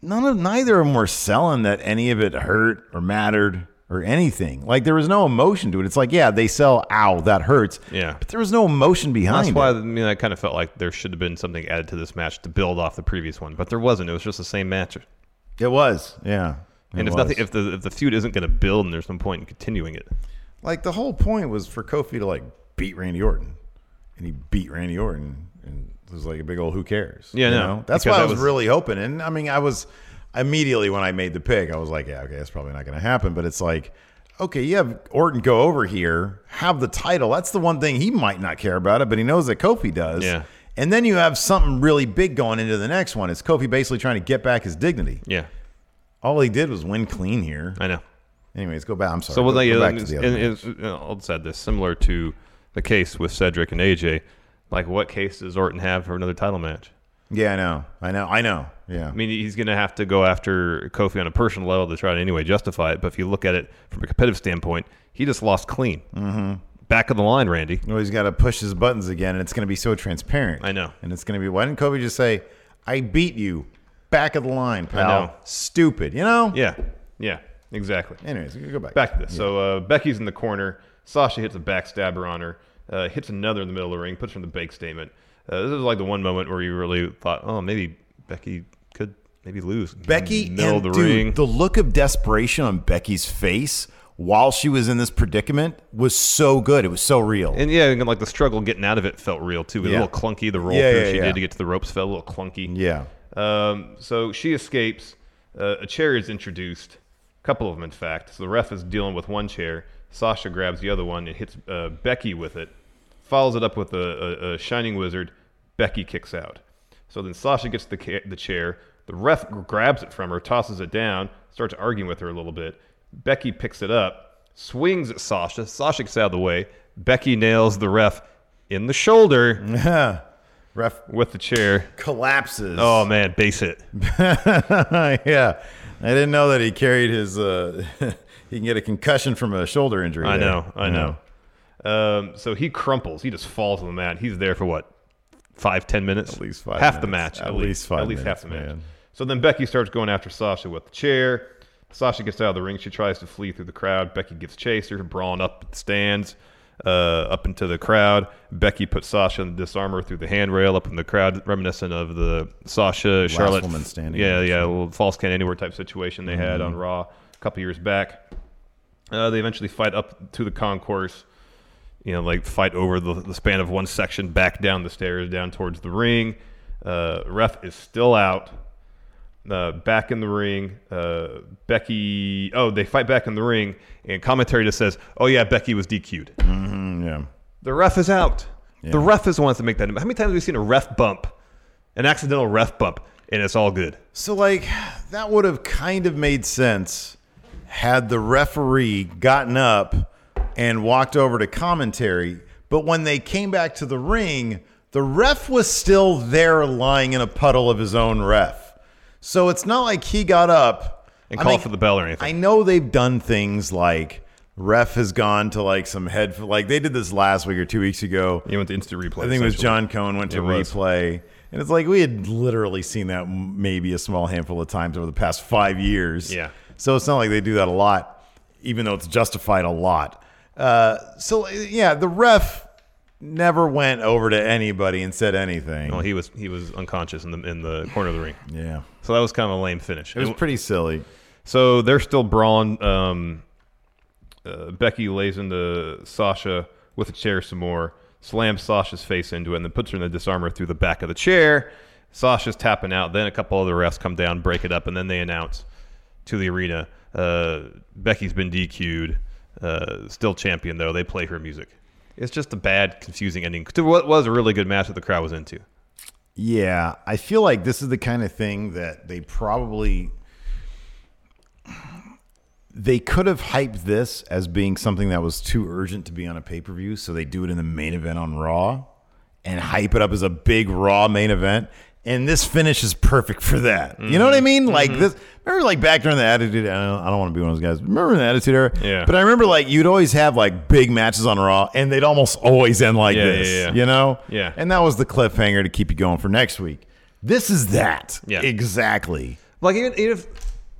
none of neither of them were selling that any of it hurt or mattered or anything. Like there was no emotion to it. It's like yeah, they sell ow that hurts.
Yeah.
but there was no emotion behind.
That's why
it.
I mean I kind of felt like there should have been something added to this match to build off the previous one, but there wasn't. It was just the same match.
it was. Yeah,
And
It
if
was.
nothing, if the if the feud isn't going to build, and there's no point in continuing it.
like the whole point was for Kofi to like beat Randy Orton, and he beat Randy Orton, and it was like a big old who cares.
Yeah,
you
no,
know? that's
because
why I
that
was,
was-
really hoping, and I mean, I was immediately when I made the pick, I was like, yeah, okay, that's probably not going to happen, but it's like. Okay, you have Orton go over here, have the title. That's the one thing he might not care about it, but he knows that Kofi does.
Yeah.
And then you have something really big going into the next one. It's Kofi basically trying to get back his dignity.
Yeah,
All he did was win clean here.
I know.
Anyways, go back. I'm sorry.
So well,
go,
like,
go
yeah,
back to
and,
the
and,
other match.
it's- you know, I'll just add this, similar to the case with Cedric and AJ. Like, what case does Orton have for another title match?
Yeah, I know. I know. I know. Yeah.
I mean, he's going to have to go after Kofi on a personal level to try to anyway justify it. But if you look at it from a competitive standpoint, he just lost clean. Mm-hmm. Back of the line, Randy.
well, he's got to push his buttons again, and it's going to be so transparent.
I know.
And it's going to be, why didn't Kobe just say, I beat you?
back of the line, pal.
know.
Stupid, you know?
Yeah, yeah, exactly.
Anyways, we can go back.
Back to this. So uh, Becky's in the corner. Sasha hits a backstabber on her, uh, hits another in the middle of the ring, puts her in the bake statement. Uh, this is like the one moment where you really thought, oh, maybe Becky could maybe lose.
Becky
in the middle
and
of the
dude,
ring.
the look of desperation on Becky's face while she was in this predicament was so good. It was so real.
and yeah, and like the struggle getting out of it felt real too. It was
Yeah.
a little clunky. The roll
Yeah,
through
yeah,
she
yeah.
did to get to the ropes felt a little clunky.
yeah.
Um, so she escapes. Uh, a chair is introduced, a couple of them, in fact. So the ref is dealing with one chair. Sasha grabs the other one and hits uh, Becky with it, follows it up with a, a, a Shining Wizard. Becky kicks out. So then Sasha gets the, ca- the chair. The ref g- grabs it from her, tosses it down, starts arguing with her a little bit. Becky picks it up, swings at Sasha. Sasha gets out of the way. Becky nails the ref in the shoulder
Ref
with the chair.
collapses.
Oh, man, base it.
yeah. I didn't know that he carried his. Uh, he can get a concussion from a shoulder injury.
I
there.
know, I know. Um, so he crumples. He just falls on the mat. He's there for what, five, ten minutes? At
least five
Half the
minutes.
match.
At least five
At least half the
minutes,
match.
man.
So then Becky starts going after Sasha with the chair. Sasha gets out of the ring. She tries to flee through the crowd. Becky gets chased. They're brawling up the stands, uh, up into the crowd. Becky puts Sasha in the disarmor through the handrail up in the crowd, reminiscent of the Sasha Charlotte
woman standing.
Yeah, yeah, a little false can anywhere type situation they had
Mm-hmm.
on Raw a couple years back. Uh, they eventually fight up to the concourse, you know, like fight over the, the span of one section back down the stairs, down towards the ring. Uh, ref is still out. Uh, back in the ring, uh, Becky. Oh, they fight back in the ring, and commentary just says, "Oh yeah, Becky was DQ'd."
Mm, yeah.
The ref is out. The ref is the one that's to make that. How many times have we seen a ref bump, an accidental ref bump, and it's all good?
So, like, that would have kind of made sense had the referee gotten up and walked over to commentary. But when they came back to the ring, the ref was still there lying in a puddle of his own ref. So it's not like he got up
And
I
called
mean,
for the bell or anything.
I know they've done things like ref has gone to like some head, like they did this last week or two weeks ago.
You went to instant replay.
I think it was
essentially.
John Cohen went to
It was.
replay. And it's like we had literally seen that m- maybe a small handful of times over the past five years.
Yeah.
So it's not like they do that a lot, even though it's justified a lot. Uh, so, yeah, the ref never went over to anybody and said anything.
Well, he was he was unconscious in the in the corner of the ring.
yeah.
So that was kind of a lame finish.
It was pretty silly.
so they're still brawling. Um, uh, Becky lays into Sasha with a chair some more, slams Sasha's face into it, and then puts her in the disarmor through the back of the chair. Sasha's tapping out. Then a couple other refs come down, break it up, and then they announce to the arena uh, Becky's been DQ'd. Uh, still champion though. They play her music. It's just a bad, confusing ending to what was a really good match that the crowd was into.
Yeah, I feel like this is the kind of thing that they probably they could have hyped this as being something that was too urgent to be on a pay-per-view, so they do it in the main event on Raw and hype it up as a big Raw main event. And this finish is perfect for that. You know what I
Mm-hmm.
mean? Like this. Remember, like back during the Attitude. I don't, I don't want to be one of those guys. Remember in the Attitude Era?
Yeah.
But I remember like you'd always have like big matches on Raw, and they'd almost always end like
Yeah,
this.
yeah, yeah.
You know?
Yeah.
And that was the cliffhanger to keep you going for next week. This is that.
Yeah.
Exactly.
Like even, even if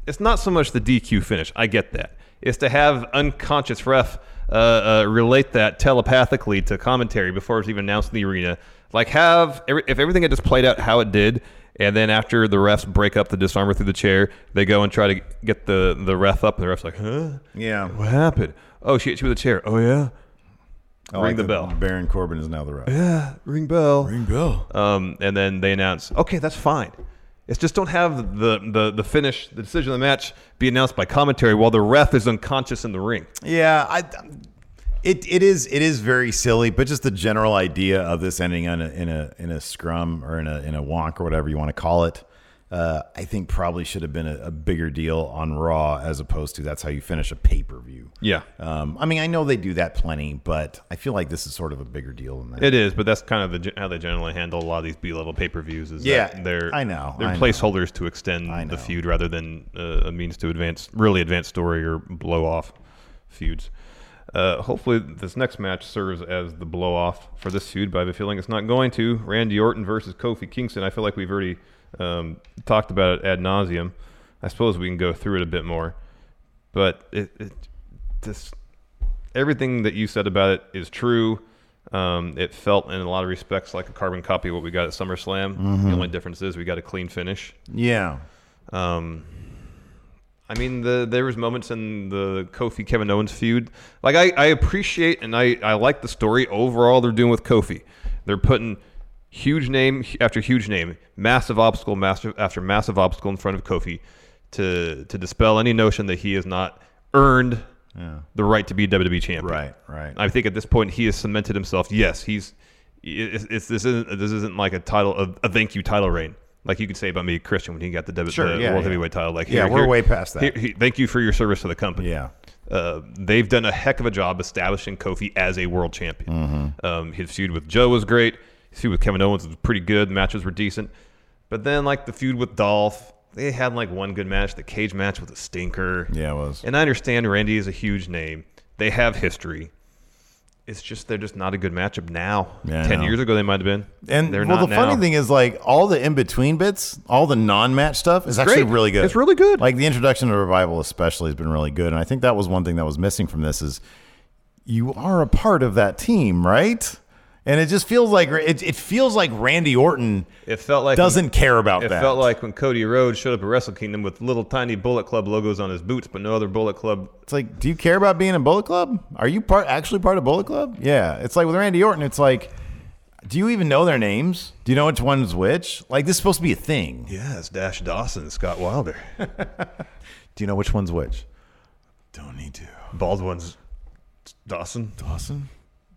it's not so much the DQ finish, I get that. It's to have unconscious ref uh, uh, relate that telepathically to commentary before it's even announced in the arena. Like have every, if everything had just played out how it did, and then after the refs break up the disarmer through the chair, they go and try to get the the ref up, and the ref's like, "Huh?
Yeah.
What happened? Oh, she hit you with a chair. Oh yeah,
Oh, I
ring the
that
bell.
Baron Corbin is now the ref. Uh,
yeah, ring bell.
Ring bell.
Um, and then they announce, okay, that's fine. It's just don't have the, the, the finish, the decision of the match be announced by commentary while the ref is unconscious in the ring.
Yeah, I. It, it is it is very silly, but just the general idea of this ending in a in a in a scrum or in a in a wonk or whatever you want to call it, uh, I think probably should have been a, a bigger deal on Raw as opposed to that's how you finish a pay per view.
Yeah.
Um, I mean, I know they do that plenty, but I feel like this is sort of a bigger deal than that.
It is, but that's kind of the, gen- how they generally handle a lot of these B level pay per views. Is
Yeah,
that they're
I know,
they're
I know.
placeholders to extend
I know.
the feud rather than uh, a means to advance really advance story or blow off feuds. Uh, hopefully, this next match serves as the blow off for this feud. But I have a feeling it's not going to. Randy Orton versus Kofi Kingston. I feel like we've already Um, talked about it ad nauseum. I suppose we can go through it a bit more, but it, it this everything that you said about it is true. Um, it felt in a lot of respects like a carbon copy of what we got at SummerSlam. The only difference is we got a clean finish.
Yeah.
Um, I mean, the, there was moments in the Kofi Kevin Owens feud. Like I, I appreciate and I, I like the story overall they're doing with Kofi. They're putting huge name after huge name, massive obstacle, massive after massive obstacle in front of Kofi to to dispel any notion that he has not earned the right to be WWE champion.
Right, right.
I think at this point he has cemented himself. Yes, he's. It's, it's this isn't this isn't like a title a, a thank you title reign like you could say about me Christian when he got the, w,
Sure,
the
yeah,
world
yeah.
heavyweight title. Like
Yeah,
here-
we're
here-
way past that.
here- he- thank you for your service to the company.
Yeah.
Uh, they've done a heck of a job establishing Kofi as a world champion.
Mm-hmm.
Um, his feud with Joe was great. His feud with Kevin Owens was pretty good. Matches were decent. But then, like, the feud with Dolph, they had, like, one good match. The cage match was a stinker.
Yeah, it was.
And I understand Randy is a huge name. They have history. It's just they're just not a good matchup now.
Yeah, I
Ten
know.
years ago, they might have been.
And
they're
well,
not
the funny
now.
thing is, like all the in between bits, all the non match stuff is actually
great.
really good.
It's really good.
Like the introduction to revival, especially, has been really good. And I think that was one thing that was missing from this is you are a part of that team, right? And it just feels like it, it feels like Randy Orton
It felt like
doesn't care about
It
that.
felt like when Cody Rhodes showed up at Wrestle Kingdom with little tiny Bullet Club logos on his boots, but no other Bullet Club.
It's like, do you care about being in Bullet Club? Are you part actually part of Bullet Club? Yeah. It's like with Randy Orton, it's like, do you even know their names? Do you know which one's which? Like this is supposed to be a thing.
Yeah, it's Dash Dawson, Scott Wilder.
Do you know which one's which? Don't need to.
Bald one's Dawson.
Dawson,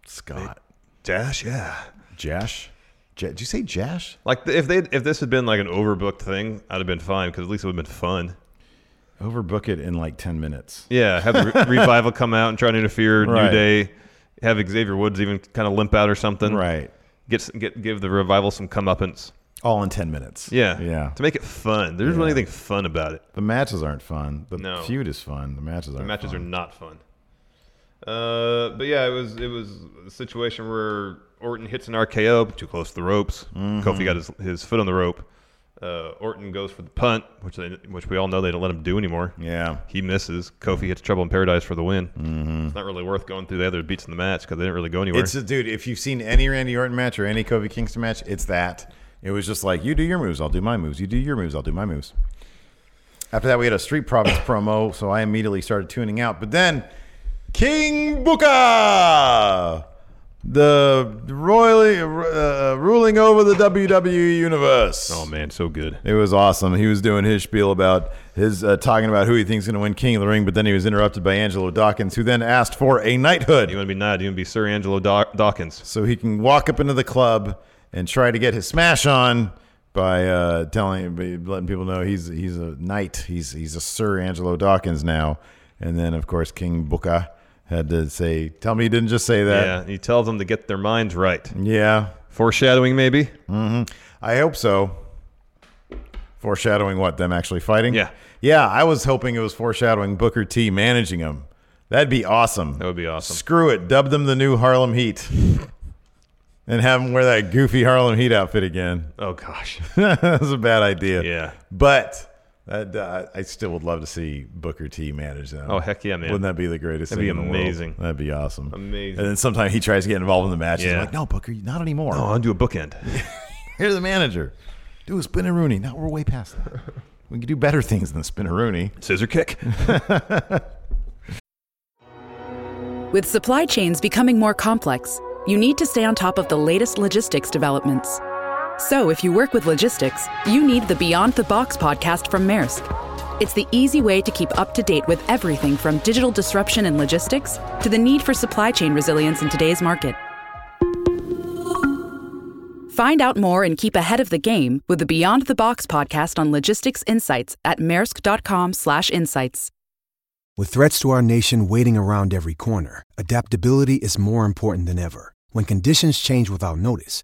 Scott,
Dash, yeah.
Jash. J- did you say Jash?
Like if they if this had been like an overbooked thing, I'd have been fine because at least it would have been fun.
Overbook it in like ten minutes.
Yeah, have the re- revival come out and try to interfere.
Right.
New Day, have Xavier Woods even kind of limp out or something.
Right.
Get, s- get give the revival some comeuppance.
All in ten minutes.
Yeah,
Yeah.
To make it fun, there's really anything fun about it.
The matches aren't fun. The
No.
feud is fun. The matches aren't.
The matches
fun.
are not fun. Uh, but yeah, it was it was a situation where Orton hits an RKO but too close to the ropes. Kofi got his, his foot on the rope. Uh, Orton goes for the punt, which they which we all know they don't let him do anymore.
Yeah. Mm-hmm.
He misses. Kofi hits Trouble in Paradise for the win. It's not really worth going through the other beats in the match because they didn't really go anywhere.
It's a, dude. If you've seen any Randy Orton match or any Kobe Kingston match, it's that. It was just like you do your moves, I'll do my moves. You do your moves, I'll do my moves. After that, we had a Street Profits promo, so I immediately started tuning out. But then, King Booker, the royally uh, ruling over the WWE universe.
oh man, so good.
It was awesome. He was doing his spiel about his uh, talking about who he thinks is going to win King of the Ring, but then he was interrupted by Angelo Dawkins, who then asked for a knighthood
You want to be Nod? You want to be Sir Angelo Daw- Dawkins?
so he can walk up into the club and try to get his smash on by uh, telling, by letting people know he's he's a knight. He's he's a Sir Angelo Dawkins now. And then of course King Booker had to say, "Tell me you didn't just say
Yeah,
that."
he tells them to get their minds right.
Yeah,
Foreshadowing, maybe.
I hope so. Foreshadowing what them actually fighting?
Yeah.
yeah. I was hoping it was foreshadowing Booker T managing him. That'd be awesome.
That would be awesome.
Screw it. Dub them the new Harlem Heat. And have them wear that goofy Harlem Heat outfit again.
Oh gosh.
that was a bad idea.
Yeah.
But that, uh, I still would love to see Booker T manage that.
Oh, heck yeah, man.
Wouldn't that be the greatest
That'd
thing
be
in the
amazing.
world? That'd be awesome.
Amazing.
And then sometimes he tries to get involved in the matches.
Yeah.
I'm like, no, Booker, not anymore.
Oh, I'll do a bookend.
Here's the manager. Do a spin and Rooney. Now we're way past that. we can do better things than spin and Rooney.
Scissor kick.
With supply chains becoming more complex, you need to stay on top of the latest logistics developments. So, if you work with logistics, you need the Beyond the Box podcast from Maersk. It's the easy way to keep up to date with everything from digital disruption in logistics to the need for supply chain resilience in today's market. Find out more and keep ahead of the game with the Beyond the Box podcast on logistics insights at maersk.com/insights.
With threats to our nation waiting around every corner, adaptability is more important than ever. When conditions change without notice,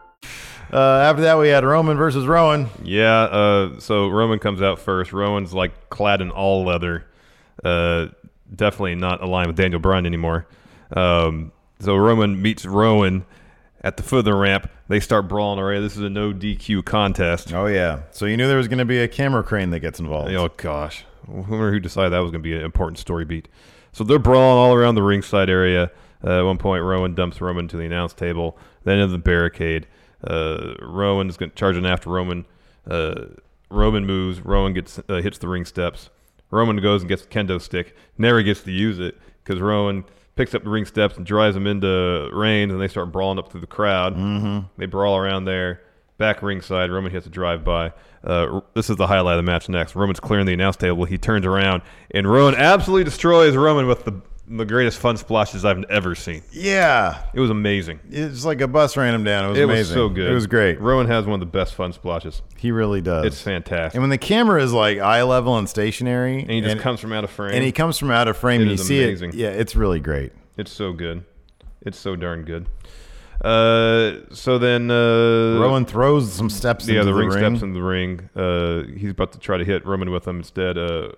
Uh, after that, we had Roman versus Rowan.
Yeah, uh, so Roman comes out first. Rowan's like clad in all leather. Uh, definitely not aligned with Daniel Bryan anymore. Um, so Roman meets Rowan at the foot of the ramp. They start brawling already. This is a no DQ contest.
Oh yeah. So you knew there was going to be a camera crane that gets involved.
Oh gosh, I wonder who decided that was going to be an important story beat. So they're brawling all around the ringside area. Uh, at one point, Rowan dumps Roman to the announce table. Then into the barricade. Uh, Rowan is going charging after Roman. Uh, Roman moves. Rowan gets uh, hits the ring steps. Roman goes and gets the kendo stick. Never gets to use it because Rowan picks up the ring steps and drives him into Reigns, and they start brawling up through the crowd. Mm-hmm. They brawl around there. Back ringside, Roman hits a drive by. Uh, this is the highlight of the match next. Roman's clearing the announce table. He turns around, and Rowan absolutely destroys Roman with the, the greatest fun splashes I've ever seen.
Yeah.
It was amazing.
It's like a bus ran him down. It was
It
amazing.
was so good.
It was great.
Rowan has one of the best fun splashes.
He really does.
It's fantastic.
And when the camera is like eye level and stationary,
And he just comes from out of frame.
and he comes from out of frame,
It
and you
is
see
amazing.
it. Yeah, it's really great.
It's so good. It's so darn good. Uh, so then uh,
Rowan throws some steps.
yeah,
into
the
the
ring,
ring.
steps in the ring. Uh, he's about to try to hit Roman with him instead. Uh,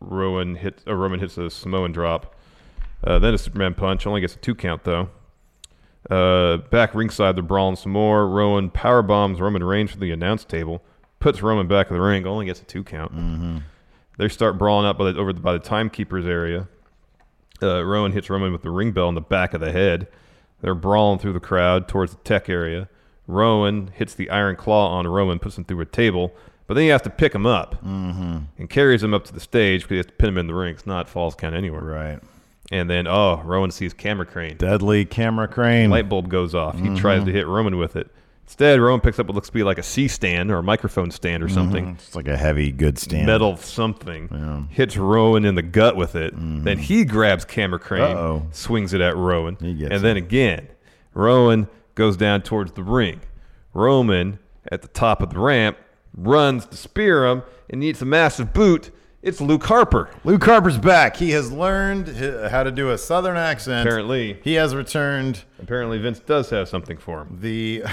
Rowan hits. Uh, Roman hits a Samoan drop. Uh, then a Superman punch. Only gets a two count though. Uh, back ringside, they're brawling some more. Rowan power bombs Roman Reigns for the announce table. Puts Roman back in the ring. Only gets a two count. They start brawling up by the, over the, by the timekeepers area. Uh, Rowan hits Roman with the ring bell in the back of the head. They're brawling through the crowd towards the tech area. Rowan hits the iron claw on Roman, puts him through a table, but then he has to pick him up and carries him up to the stage because he has to pin him in the ring. It's not falls count anywhere.
Right. Mm-hmm.
And then, oh, Rowan sees camera crane.
Deadly camera crane.
Light bulb goes off. He tries to hit Roman with it. Instead, Rowan picks up what looks to be like a C stand or a microphone stand or something
It's like a heavy, good stand.
metal something, hits Rowan in the gut with it. Then he grabs camera crane,
Mm-hmm. Uh-oh.
swings it at Rowan,
gets
and then again, Rowan goes down towards the ring. Roman at the top of the ramp runs to spear him and eats a massive boot. It's Luke Harper.
Luke Harper's back. He has learned hi- how to do a southern accent.
Apparently.
he has returned
Apparently, Vince does have something for him.
the,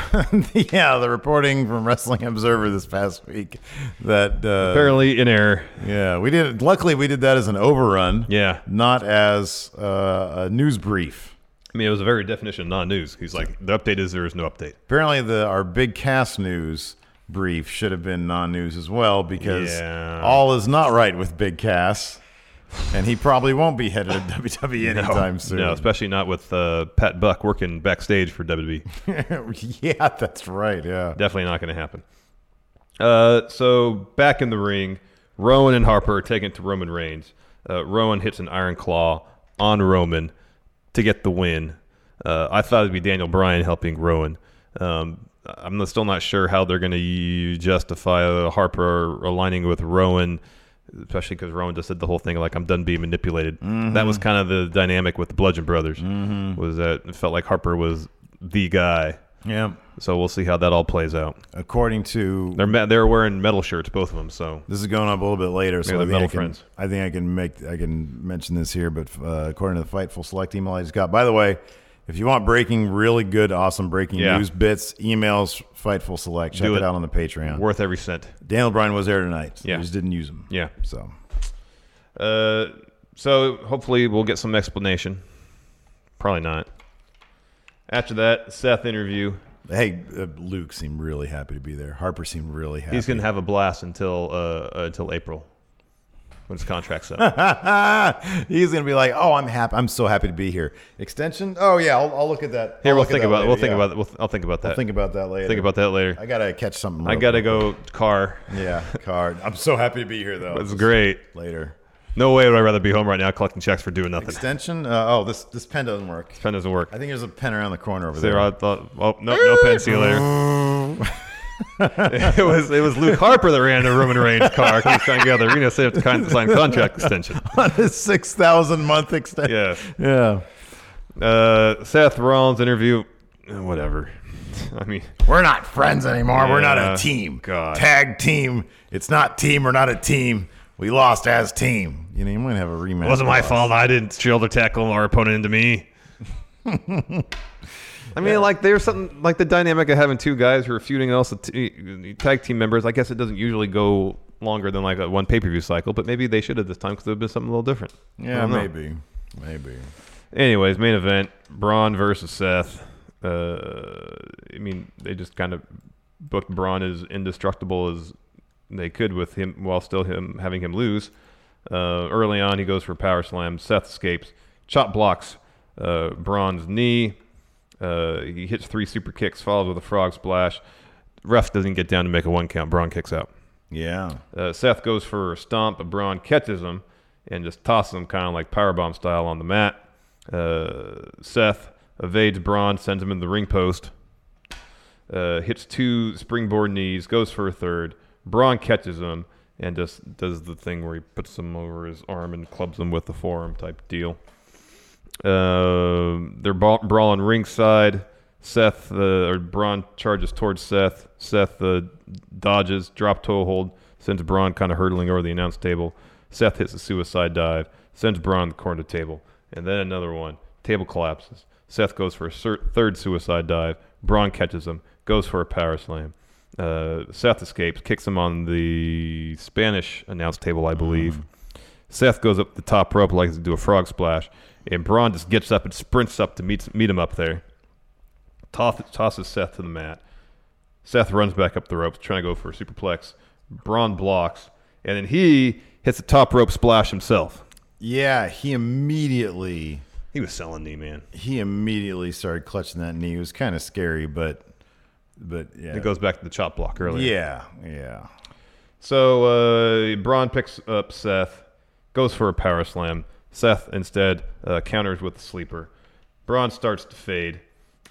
yeah the reporting from Wrestling Observer this past week that uh,
Apparently, in error.
yeah we did. Luckily, we did that as an overrun.
Yeah.
not as uh, a news brief.
I mean, it was a very definition of non-news. He's like, the update is there is no update.
Apparently, the our big cast news brief should have been non-news as well because
Yeah.
all is not right with big Cass, and he probably won't be headed to WWE anytime soon.
No, especially not with uh, Pat Buck working backstage for E. WWE.
yeah, that's right. Yeah.
Definitely not going to happen. Uh, so back in the ring, Rowan and Harper are taken to Roman Reigns. Uh, Rowan hits an iron claw on Roman to get the win. Uh, I thought it'd be Daniel Bryan helping Rowan. Um, I'm still not sure how they're going to justify uh, Harper aligning with Rowan, especially because Rowan just said the whole thing like "I'm done being manipulated." That was kind of the dynamic with the Bludgeon Brothers. Was that it felt like Harper was the guy?
Yeah.
So we'll see how that all plays out.
According to
They're me- they're wearing metal shirts, both of them. So
this is going up a little bit later, so
Yeah,
I
they're
think, I
metal
can,
friends.
I think I can make I can mention this here. But uh, according to the Fightful Select email I just got, by the way, if you want breaking, really good, awesome breaking
Yeah.
news bits, emails, Fightful Select, check
Do
it.
it.
out on the Patreon.
worth every cent.
Daniel Bryan was there tonight. So
Yeah.
They just didn't use him.
Yeah.
So
Uh, so hopefully we'll get some explanation. Probably not. After that, Seth interview.
hey, uh, Luke seemed really happy to be there. Harper seemed really happy.
He's gonna have a blast until uh, uh, until April when his contract's up.
He's gonna be like, "Oh, I'm happy. I'm so happy to be here." Extension? Oh yeah, I'll, I'll look at that.
Here
I'll
we'll
look at
think
that
about
later,
we'll think
yeah.
about it. We'll th- I'll think about that.
I'll think about that later.
Think about that later.
I gotta catch something.
I
real
gotta
quick.
go car.
Yeah, card. I'm so happy to be here though.
That's great.
Later.
No way would I rather be home right now collecting checks for doing nothing.
Extension? Uh, oh, this this pen doesn't work.
Pen doesn't work.
I think there's a pen around the corner over
There,
there.
I thought, oh no, no pen. See you later. it was it was Luke Harper that ran into Roman Reigns' car. He's trying to get the arena, so they have to sign sign contract extension.
on a six thousand month extension.
Yeah.
Yeah.
Uh, Seth Rollins interview, eh, whatever. I mean,
We're not friends anymore. We're not
Yeah.
a team.
God.
Tag team. It's not team. We're not a team. We lost as team. You know, you might have a rematch.
it wasn't my
clause.
fault. I didn't shoulder tackle our opponent into me. I mean, like there's something like the dynamic of having two guys who are feuding and also t- tag team members. I guess it doesn't usually go longer than like a one pay per view cycle, but maybe they should have this time because it would have been something a little different. I
Yeah,
don't know.
maybe. Maybe.
Anyways, main event: Braun versus Seth. Uh, I mean, they just kind of booked Braun as indestructible as they could with him, while still him having him lose. Uh, early on, he goes for a power slam. Seth escapes, chop blocks uh, Braun's knee. Uh, he hits three super kicks, followed with a frog splash. Ref doesn't get down to make a one count. Braun kicks out.
Yeah.
Uh, Seth goes for a stomp, but Braun catches him and just tosses him kind of like powerbomb style on the mat. Uh, Seth evades Braun, sends him in the ring post, uh, hits two springboard knees, goes for a third. Braun catches him and just does the thing where he puts him over his arm and clubs him with the forearm type deal. Uh, they're bra- brawling ringside. Seth uh, or Braun charges towards Seth. Seth uh, dodges, drop toe hold, sends Braun kind of hurtling over the announce table. Seth hits a suicide dive, sends Braun to the corner table, and then another one. Table collapses. Seth goes for a cer- third suicide dive. Braun catches him, goes for a power slam. Uh, Seth escapes, kicks him on the Spanish announce table, I believe. Seth goes up the top rope like to do a frog splash, and Braun just gets up and sprints up to meet, meet him up there. Toss, tosses Seth to the mat. Seth runs back up the ropes, trying to go for a superplex. Braun blocks, and then he hits the top rope splash himself.
Yeah, he immediately
He was selling knee, man.
he immediately started clutching that knee. It was kind of scary, but but yeah.
It goes back to the chop block earlier.
Yeah, yeah.
So uh, Braun picks up Seth, goes for a power slam. Seth instead uh, counters with the sleeper. Braun starts to fade,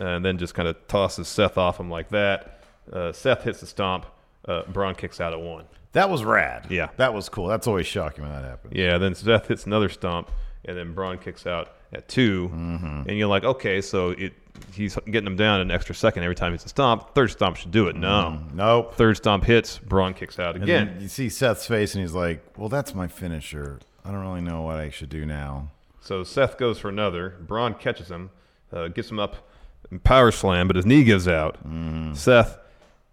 uh, and then just kind of tosses Seth off him like that. Uh, Seth hits the stomp. Uh, Braun kicks out at one.
That was rad.
Yeah.
That was cool. That's always shocking when that happens.
Yeah, then Seth hits another stomp, and then Braun kicks out at 2
Mm-hmm.
And you're like, okay, so it he's getting him down an extra second every time it's a stomp. Third stomp should do it. No.
Nope.
Third stomp hits, Braun kicks out
Mm-hmm. And
again.
then you see Seth's face and he's like, Well, that's my finisher. I don't really know what I should do now.
So Seth goes for another. Braun catches him, uh, gets him up, and power slam, but his knee gives out. Seth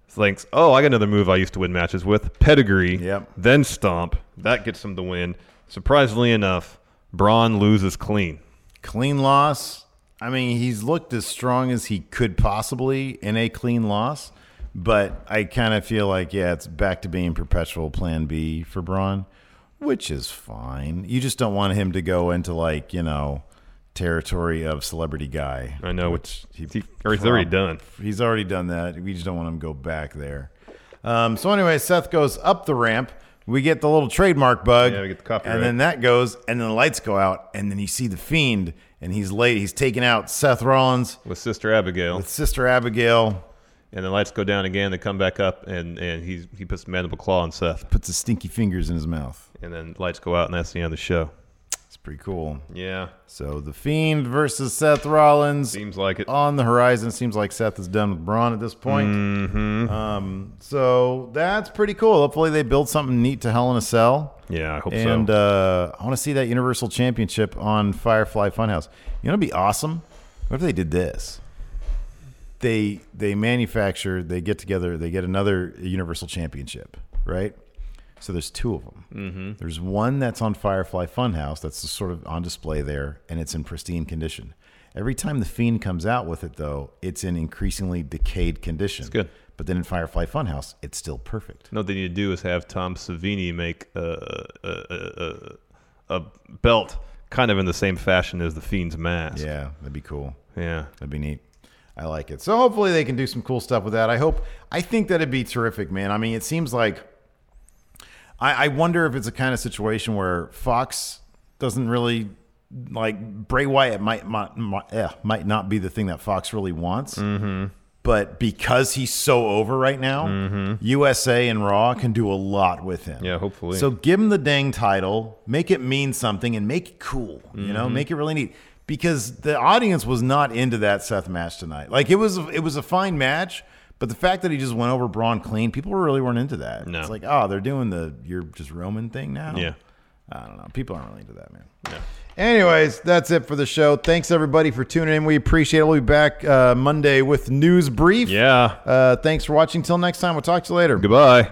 thinks, "Oh, I got another move I used to win matches with: pedigree."
Yep.
Then stomp. That gets him the win. Surprisingly enough, Braun loses clean.
Clean loss. I mean, he's looked as strong as he could possibly in a clean loss, but I kind of feel like, yeah, it's back to being perpetual plan B for Braun, which is fine. You just don't want him to go into like, you know, territory of celebrity guy.
I know, which
he-
he, or he's already done.
He's already done that. We just don't want him to go back there. Um, so anyway, Seth goes up the ramp. We get the little trademark bug.
Yeah, we get the copyright.
And then that goes, and then the lights go out, and then you see the fiend, and he's late. He's taking out Seth Rollins
With Sister Abigail,
with Sister Abigail.
and the lights go down again. They come back up, and and he he puts the mandible claw on Seth,
Puts his stinky fingers in his mouth.
and then lights go out, and that's the end of the show.
It's pretty cool.
Yeah,
So the fiend versus Seth Rollins.
seems like it.
on the horizon. Seems like Seth is done with Braun at this point.
Mm-hmm.
Um, so that's pretty cool. Hopefully, they build something neat to Hell in a Cell.
Yeah, I hope so.
and, uh, I want to see that Universal Championship on Firefly Funhouse. You know, it'd be awesome. What if they did this? They they manufacture. They get together. They get another Universal Championship, right? So there's two of them. There's one that's on Firefly Funhouse that's just sort of on display there, and it's in pristine condition. Every time the Fiend comes out with it, though, it's in increasingly decayed condition. It's
good.
But then in Firefly Funhouse, it's still perfect.
No, what they need to do is have Tom Savini make a, a, a, a, a belt kind of in the same fashion as the Fiend's mask.
Yeah, that'd be cool.
Yeah.
That'd be neat. I like it. So hopefully they can do some cool stuff with that. I hope. I think that'd be terrific, man. I mean, it seems like I, I wonder if it's a kind of situation where Fox doesn't really like Bray Wyatt might might might, eh, might not be the thing that Fox really wants.
Mm-hmm.
But because he's so over right now, USA and Raw can do a lot with him.
Mm-hmm. Yeah, hopefully.
So give him the dang title, make it mean something, and make it cool. You
Mm-hmm.
know, make it really neat because the audience was not into that Seth match tonight. Like it was, it was a fine match, but the fact that he just went over Braun clean, people really weren't into that.
No.
It's like, oh, they're doing the you're just Roman thing now.
Yeah.
I don't know. People aren't really into that, man. Anyways, that's it for the show. Thanks everybody for tuning in. We appreciate it. We'll be back uh, Monday with news brief.
Yeah.
Uh, thanks for watching. Till next time, we'll talk to you later.
Goodbye.